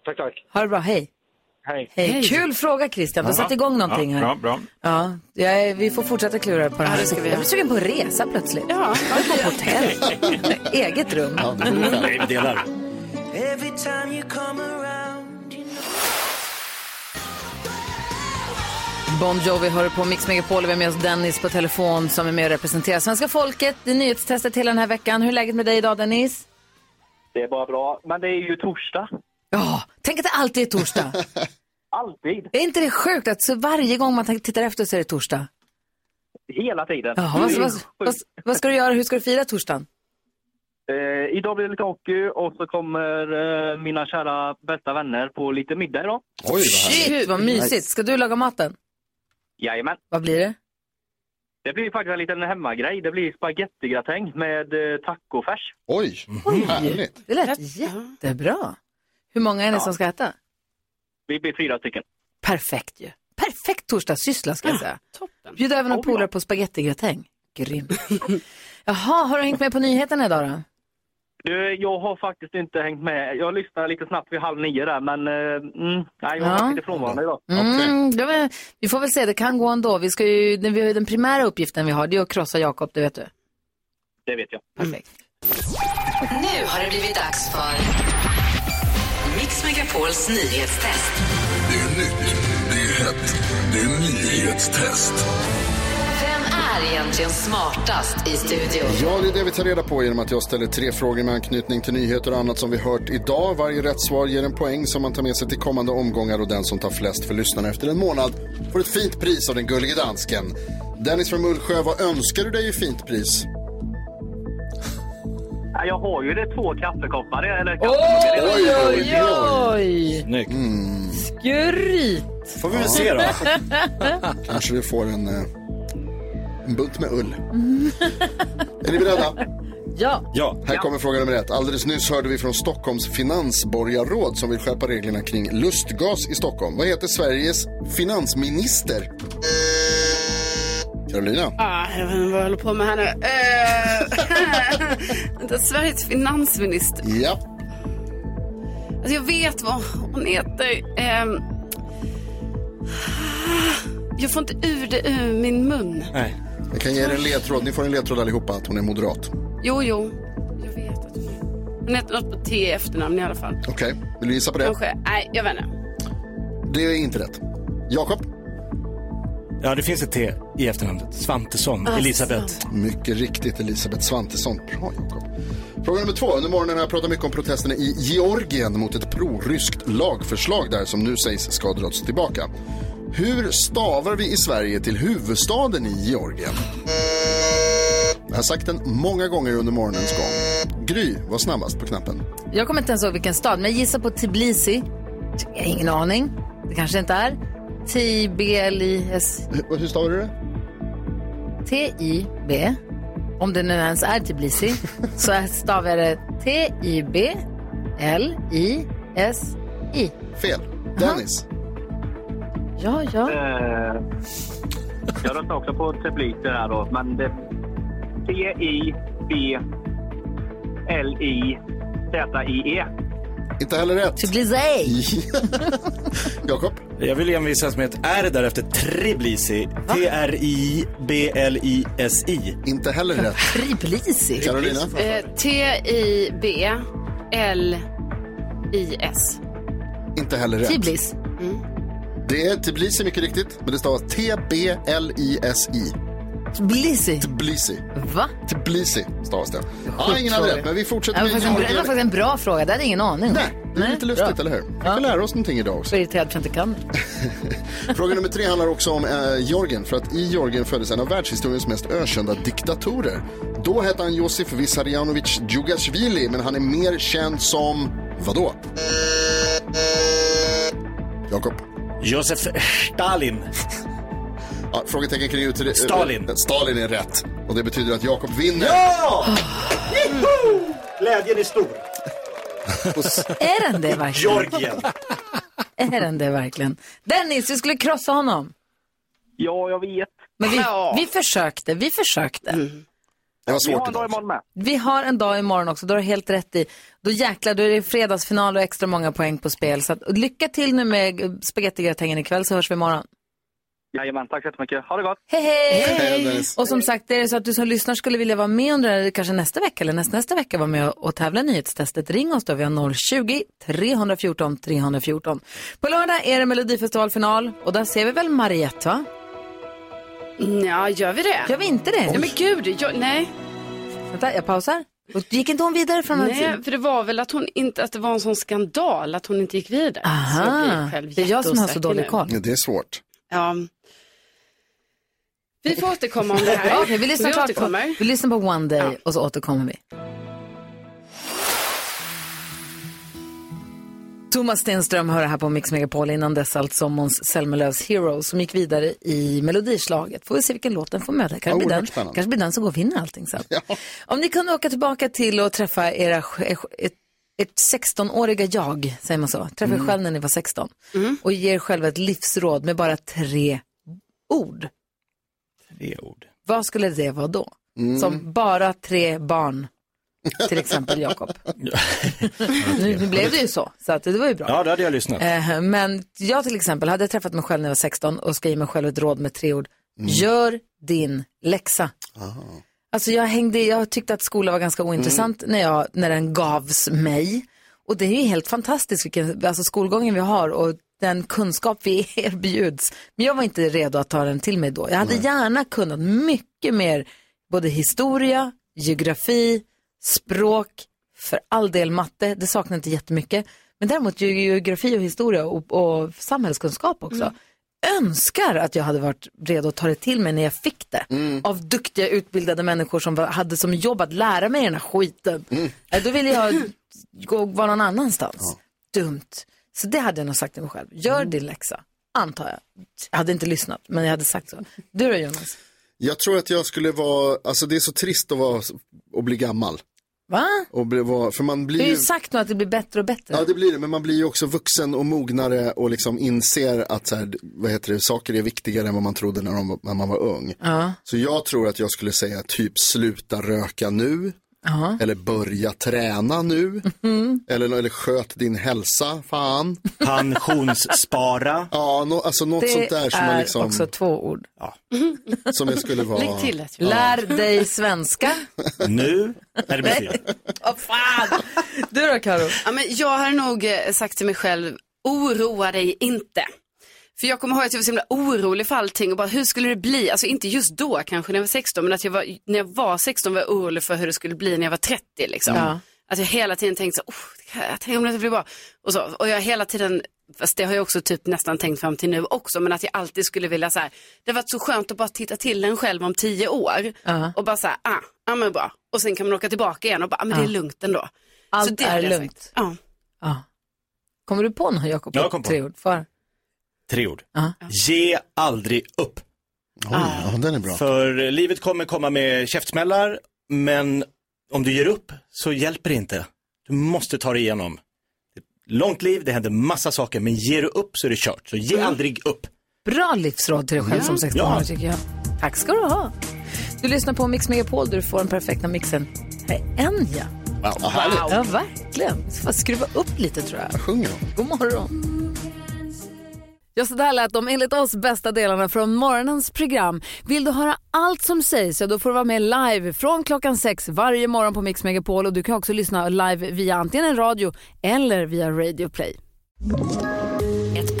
[SPEAKER 16] Tack, tack.
[SPEAKER 1] Ha det bra, hej.
[SPEAKER 16] Hej.
[SPEAKER 1] Hej. Kul fråga Christian, du har satt igång någonting
[SPEAKER 12] ja,
[SPEAKER 1] här.
[SPEAKER 12] Bra, bra.
[SPEAKER 1] Ja, jag, vi får fortsätta klura på det här. jag blir sugen på att resa plötsligt. Ja. Jag vill bo på hotell. Eget rum.
[SPEAKER 3] Nej, vi delar.
[SPEAKER 1] Bon Jovi hör på Mix Megapol och vi har med oss Dennis på telefon som är med och representerar svenska folket i nyhetstestet hela den här veckan. Hur är läget med dig idag Dennis?
[SPEAKER 8] Det är bara bra. Men det är ju torsdag.
[SPEAKER 1] Ja, tänk att det alltid är torsdag.
[SPEAKER 8] Alltid.
[SPEAKER 1] Är inte det sjukt att så varje gång man t- tittar efter så är det torsdag?
[SPEAKER 8] Hela tiden.
[SPEAKER 1] Ja, vad,
[SPEAKER 8] Det är
[SPEAKER 1] vad,
[SPEAKER 8] sjukt.
[SPEAKER 1] vad, vad ska du göra? Hur ska du fira torsdagen?
[SPEAKER 8] Eh, idag blir det lite hockey och så kommer eh, mina kära bästa vänner på lite middag idag.
[SPEAKER 2] Oj,
[SPEAKER 1] Shit, vad mysigt. Ska du laga maten?
[SPEAKER 8] Jajamän.
[SPEAKER 1] Vad blir det?
[SPEAKER 8] Det blir faktiskt en liten hemmagrej. Det blir spagettigratäng med eh, tacofärs.
[SPEAKER 2] Oj, härligt.
[SPEAKER 1] Det lät jättebra. Hur många är ni som ska äta?
[SPEAKER 8] Vi blir fyra stycken.
[SPEAKER 1] Perfekt ju. Perfekt torsdagssyssla ska jag säga. Bjud över några polare på spagettigratäng. Grymt. Jaha, har du hängt med på nyheterna idag då?
[SPEAKER 8] Du, jag har faktiskt inte hängt med. Jag lyssnade lite snabbt vid halv nio där, men eh, mm, nej, jag
[SPEAKER 1] Ja.
[SPEAKER 8] har varit lite frånvarande idag.
[SPEAKER 1] Mm, det var, vi får väl se, det kan gå ändå. Vi ska ju, den, vi har ju den primära uppgiften vi har, det är att krossa Jakob, det vet du.
[SPEAKER 8] Det vet jag.
[SPEAKER 1] Perfekt.
[SPEAKER 7] Nu har det blivit dags för Mix Megapols nyhetstest.
[SPEAKER 17] Det är nytt, det är hett, det är nyhetstest.
[SPEAKER 7] Vem är egentligen smartast i studion?
[SPEAKER 2] Ja, det är det vi tar reda på genom att jag ställer tre frågor med anknytning till nyheter och annat som vi hört idag. Varje rätt svar ger en poäng som man tar med sig till kommande omgångar och den som tar flest för lyssnarna efter en månad får ett fint pris av den gullige dansken. Dennis från Mullsjö, vad önskar du dig i fint pris?
[SPEAKER 8] Nej, Jag har ju det två kaffekoppar, eller
[SPEAKER 1] Oj,
[SPEAKER 8] kaffemuggar.
[SPEAKER 1] oj, oj!
[SPEAKER 3] Snyggt.
[SPEAKER 2] Mm.
[SPEAKER 1] Gryt!
[SPEAKER 2] Får vi väl se då. Kanske du får en, eh, en bunt med ull. Är ni beredda?
[SPEAKER 1] Ja.
[SPEAKER 3] Ja.
[SPEAKER 2] Här kommer fråga nummer ett. Alldeles nyss hörde vi från Stockholms finansborgarråd som vill skärpa reglerna kring lustgas i Stockholm. Vad heter Sveriges finansminister? Carolina.
[SPEAKER 4] Ah, jag vet inte vad jag håller på med här nu. Eh, Vänta, Sveriges finansminister.
[SPEAKER 2] Ja.
[SPEAKER 4] Alltså, jag vet vad hon heter. Ehm, jag får inte ur det ur min mun.
[SPEAKER 3] Nej.
[SPEAKER 2] Jag kan ge er en ledtråd. Ni får en ledtråd allihopa att hon är moderat.
[SPEAKER 4] Jo, jo. Jag vet att hon Hon heter något på T i efternamn i alla fall.
[SPEAKER 2] Okej, vill du gissa på det?
[SPEAKER 4] Kanske. Nej, jag vet inte.
[SPEAKER 2] Det är inte rätt. Jakob?
[SPEAKER 3] Ja, det finns ett T i efternamnet. Svantesson,
[SPEAKER 2] Ah,
[SPEAKER 3] Elisabeth.
[SPEAKER 2] Mycket riktigt Elisabeth Svantesson. Bra Jakob. Fråga nummer två. Under morgonen har jag pratat mycket om protesterna i Georgien mot ett proryskt lagförslag där som nu sägs ska dras tillbaka. Hur stavar vi i Sverige till huvudstaden i Georgien? Jag har sagt den många gånger under morgonens gång. Gry var snabbast på knappen.
[SPEAKER 1] Jag kommer inte ens ihåg vilken stad, men jag gissar på Tbilisi. Jag har ingen aning. Det kanske inte är. T-B-L-I-S.
[SPEAKER 2] Hur, hur stavar du det?
[SPEAKER 1] T-I-B. Om det nu ens är Tbilisi så är- stavar jag det T-I-B-L-I-S-I.
[SPEAKER 2] Fel. Dennis.
[SPEAKER 1] Ja, ja.
[SPEAKER 8] Eh, Jag röstar också på Tbilisi där då, men det... T-I-B-L-I-Z-I-E.
[SPEAKER 2] Inte heller rätt.
[SPEAKER 1] Tbilisi.
[SPEAKER 2] Jakob?
[SPEAKER 3] Jag vill envisas med ett R där efter Triblisi. T-R-I-B-L-I-S-I.
[SPEAKER 2] Inte heller rätt.
[SPEAKER 1] Triblisi?
[SPEAKER 3] Carolina?
[SPEAKER 4] Eh, T-I-B-L-I-S.
[SPEAKER 2] Inte heller rätt.
[SPEAKER 1] Tiblis.
[SPEAKER 2] Det är Tbilisi mycket riktigt, men det stavas T-B-L-I-S-I.
[SPEAKER 1] Tbilisi?
[SPEAKER 2] Tbilisi.
[SPEAKER 1] Va?
[SPEAKER 2] Tbilisi stavas det. Ja, ingen hade
[SPEAKER 1] Skitfråga.
[SPEAKER 2] rätt, men vi fortsätter
[SPEAKER 1] Det var
[SPEAKER 2] med
[SPEAKER 1] faktiskt en bra- det var faktiskt en bra fråga, det hade jag ingen aning om. Nej,
[SPEAKER 2] Det är lite lustigt, eller hur? Vi får lära oss någonting idag också.
[SPEAKER 1] Jag är irriterad för att jag inte kan.
[SPEAKER 2] Fråga nummer tre handlar också om eh, Georgien, för att i Georgien föddes en av världshistoriens mest ökända diktatorer. Då hette han Josif Vissarionovich Djugashvili, men han är mer känd som Vadå? Jakob?
[SPEAKER 3] Josef Stalin.
[SPEAKER 2] Ja, frågetecken kring utred-
[SPEAKER 3] Stalin.
[SPEAKER 2] eh, Stalin är rätt. Och det betyder att Jakob vinner.
[SPEAKER 3] Ja! Jiho! Glädjen är stor.
[SPEAKER 1] Är den det verkligen?
[SPEAKER 3] Georgien.
[SPEAKER 1] Är den det verkligen? Dennis, vi skulle krossa honom.
[SPEAKER 16] Ja, jag vet. Mm.
[SPEAKER 1] Men vi, vi försökte, vi försökte.
[SPEAKER 2] Det var
[SPEAKER 16] Vi har en dag imorgon med.
[SPEAKER 1] Vi har en dag imorgon också, då har du helt rätt i. Då jäklar, då är det fredagsfinal och extra många poäng på spel. Så att, lycka till nu med spagettigratängen ikväll så hörs vi imorgon.
[SPEAKER 8] Jajamän, tack så jättemycket. Ha det gott!
[SPEAKER 1] Hej, hej!
[SPEAKER 8] Hej, Dennis.
[SPEAKER 1] Och som sagt, är det så att du som lyssnar skulle vilja vara med under kanske nästa vecka eller näst, nästa vecka vara med och, och tävla i nyhetstestet, ring oss då. Vi har 020-314 314. På lördag är det Melodifestivalfinal och där ser vi väl Mariette, va?
[SPEAKER 4] Ja, gör vi det?
[SPEAKER 1] Gör vi inte det?
[SPEAKER 4] Nej, men gud, jag, nej.
[SPEAKER 1] Vänta, jag pausar. Och gick inte hon vidare från
[SPEAKER 4] Nej, för det var väl att, hon inte, att det var en sån skandal att hon inte gick vidare. Så jag blir själv
[SPEAKER 1] det är jag som har så
[SPEAKER 4] jätteosäker
[SPEAKER 1] dålig
[SPEAKER 4] nu.
[SPEAKER 1] koll.
[SPEAKER 2] Ja, det är svårt.
[SPEAKER 4] Ja. Vi får återkomma om det här.
[SPEAKER 1] Ja, okej, vi, lyssnar klart på,
[SPEAKER 4] återkommer.
[SPEAKER 1] vi lyssnar på One Day och så återkommer vi. Thomas Stenström hör här på Mix Megapol innan dess alltså Måns Zelmerlöws Hero som gick vidare i melodislaget. Får vi se vilken låt den får möta.
[SPEAKER 7] Ja,
[SPEAKER 1] Kanske, blir, den,
[SPEAKER 7] oerhört Oh, spännande.
[SPEAKER 1] kanske blir den som går och vinner allting sen. Om ni kunde åka tillbaka till och träffa era, sj- ert, ert 16-åriga jag, säger man så, träffa er
[SPEAKER 7] Mm.
[SPEAKER 1] själv när ni var 16
[SPEAKER 4] Mm.
[SPEAKER 1] och ge er själva ett livsråd med bara tre ord.
[SPEAKER 3] Tre ord.
[SPEAKER 1] Vad skulle det vara då?
[SPEAKER 3] Mm.
[SPEAKER 1] Som bara tre barn, till exempel Jakob. nu, nu blev det ju så, så att det var ju bra.
[SPEAKER 3] Ja, då hade jag lyssnat.
[SPEAKER 1] Eh, men jag till exempel, hade jag träffat mig själv när jag var 16 och ska ge mig själv ett råd med tre ord, gör din läxa. Alltså jag, hängde, jag tyckte att skolan var ganska ointressant när, jag, när den gavs mig. Och det är ju helt fantastiskt vilken alltså skolgången vi har och den kunskap vi erbjuds. Men jag var inte redo att ta den till mig då. Jag hade gärna kunnat mycket mer både historia, geografi, språk, för all del matte. Det saknar inte jättemycket. Men däremot ge- geografi och historia och, och samhällskunskap också önskar att jag hade varit redo att ta det till mig när jag fick det.
[SPEAKER 2] Mm.
[SPEAKER 1] Av duktiga utbildade människor som var, hade som jobb att lära mig den här skiten.
[SPEAKER 2] Mm.
[SPEAKER 1] Eh, Då ville jag gå och vara någon annanstans. Dumt. Så det hade jag nog sagt till mig själv. Gör
[SPEAKER 2] Mm.
[SPEAKER 1] din läxa, antar jag. Jag hade inte lyssnat, men jag hade sagt så. Du då Jonas?
[SPEAKER 2] Jag tror att jag skulle vara, alltså det är så trist att, vara, att bli gammal.
[SPEAKER 1] Va?
[SPEAKER 2] Och bli, vara- för man
[SPEAKER 1] Du
[SPEAKER 2] blir
[SPEAKER 1] har ju sagt nu att det blir bättre och bättre.
[SPEAKER 2] Ja, det blir det. Men man blir ju också vuxen och mognare och liksom inser att så här, vad heter det, saker är viktigare än vad man trodde när, de, när man var ung.
[SPEAKER 1] Ja.
[SPEAKER 2] Så jag tror att jag skulle säga typ sluta röka nu.
[SPEAKER 1] Ja.
[SPEAKER 2] Eller börja träna nu.
[SPEAKER 1] Mm-hmm.
[SPEAKER 2] Eller, eller sköt din hälsa, fan.
[SPEAKER 3] Pensionsspara.
[SPEAKER 2] Ja, nå- alltså något
[SPEAKER 1] Det
[SPEAKER 2] sånt där som man
[SPEAKER 1] är
[SPEAKER 2] liksom.
[SPEAKER 1] också två ord.
[SPEAKER 2] Som jag skulle vara.
[SPEAKER 1] Lägg till det.
[SPEAKER 2] Ja.
[SPEAKER 1] Lär dig svenska.
[SPEAKER 3] Nu? Nej, det blir
[SPEAKER 1] Nej. Du då Karo?
[SPEAKER 4] Ja, men jag har nog eh, sagt till mig själv, oroa dig inte. För jag kommer ihåg att jag var så himla orolig för allting och bara hur skulle det bli? Alltså inte just då kanske när jag var 16 men att jag var, när jag var 16 var jag orolig för hur det skulle bli när jag var 30 liksom.
[SPEAKER 1] Ja.
[SPEAKER 4] Att jag hela tiden tänkte så, oh, det här- tänk om det inte blir bra. Och, så, och jag hela tiden, fast det har jag också typ nästan tänkt fram till nu också, men att jag alltid skulle vilja så här, det har varit så skönt att bara titta till en själv om tio år
[SPEAKER 1] Ja.
[SPEAKER 4] och bara så här, ah, ja men bra. Och sen kan man åka tillbaka igen och bara, ah, men det är
[SPEAKER 1] Ja.
[SPEAKER 4] lugnt ändå.
[SPEAKER 1] Allt
[SPEAKER 4] Så det
[SPEAKER 1] är
[SPEAKER 4] hade jag sagt.
[SPEAKER 1] lugnt.
[SPEAKER 4] Ja.
[SPEAKER 1] Ja. Kommer du på något Jakob?
[SPEAKER 3] Jag kom på.
[SPEAKER 1] Tre ord för.
[SPEAKER 3] Tre ord.
[SPEAKER 1] Ja.
[SPEAKER 3] Ge aldrig upp.
[SPEAKER 2] ja, den är bra.
[SPEAKER 3] För eh, livet kommer komma med käftsmällar, men om du ger upp så hjälper det inte. Du måste ta dig igenom. Det är ett Långt liv, det händer massa saker, men ger du upp så är det kört. Så
[SPEAKER 18] Mm.
[SPEAKER 3] ge aldrig upp.
[SPEAKER 1] Bra livsråd till dig själv
[SPEAKER 3] Ja.
[SPEAKER 1] som 16 år
[SPEAKER 3] Ja.
[SPEAKER 1] tycker jag. Tack ska du ha. Du lyssnar på Mix Megapol där du får den perfekta mixen. Här är Enya.
[SPEAKER 2] Wow, vad härligt.
[SPEAKER 1] Ja, verkligen. Jag ska bara skruva upp lite tror jag.
[SPEAKER 2] Sjunger hon?
[SPEAKER 1] God morgon. Ja, så där lät de enligt oss bästa delarna från morgonens program. Vill du höra allt som sägs så då får du vara med live från klockan sex varje morgon på Mix Megapol och du kan också lyssna live via antingen en radio eller via Radio Play.
[SPEAKER 7] Ett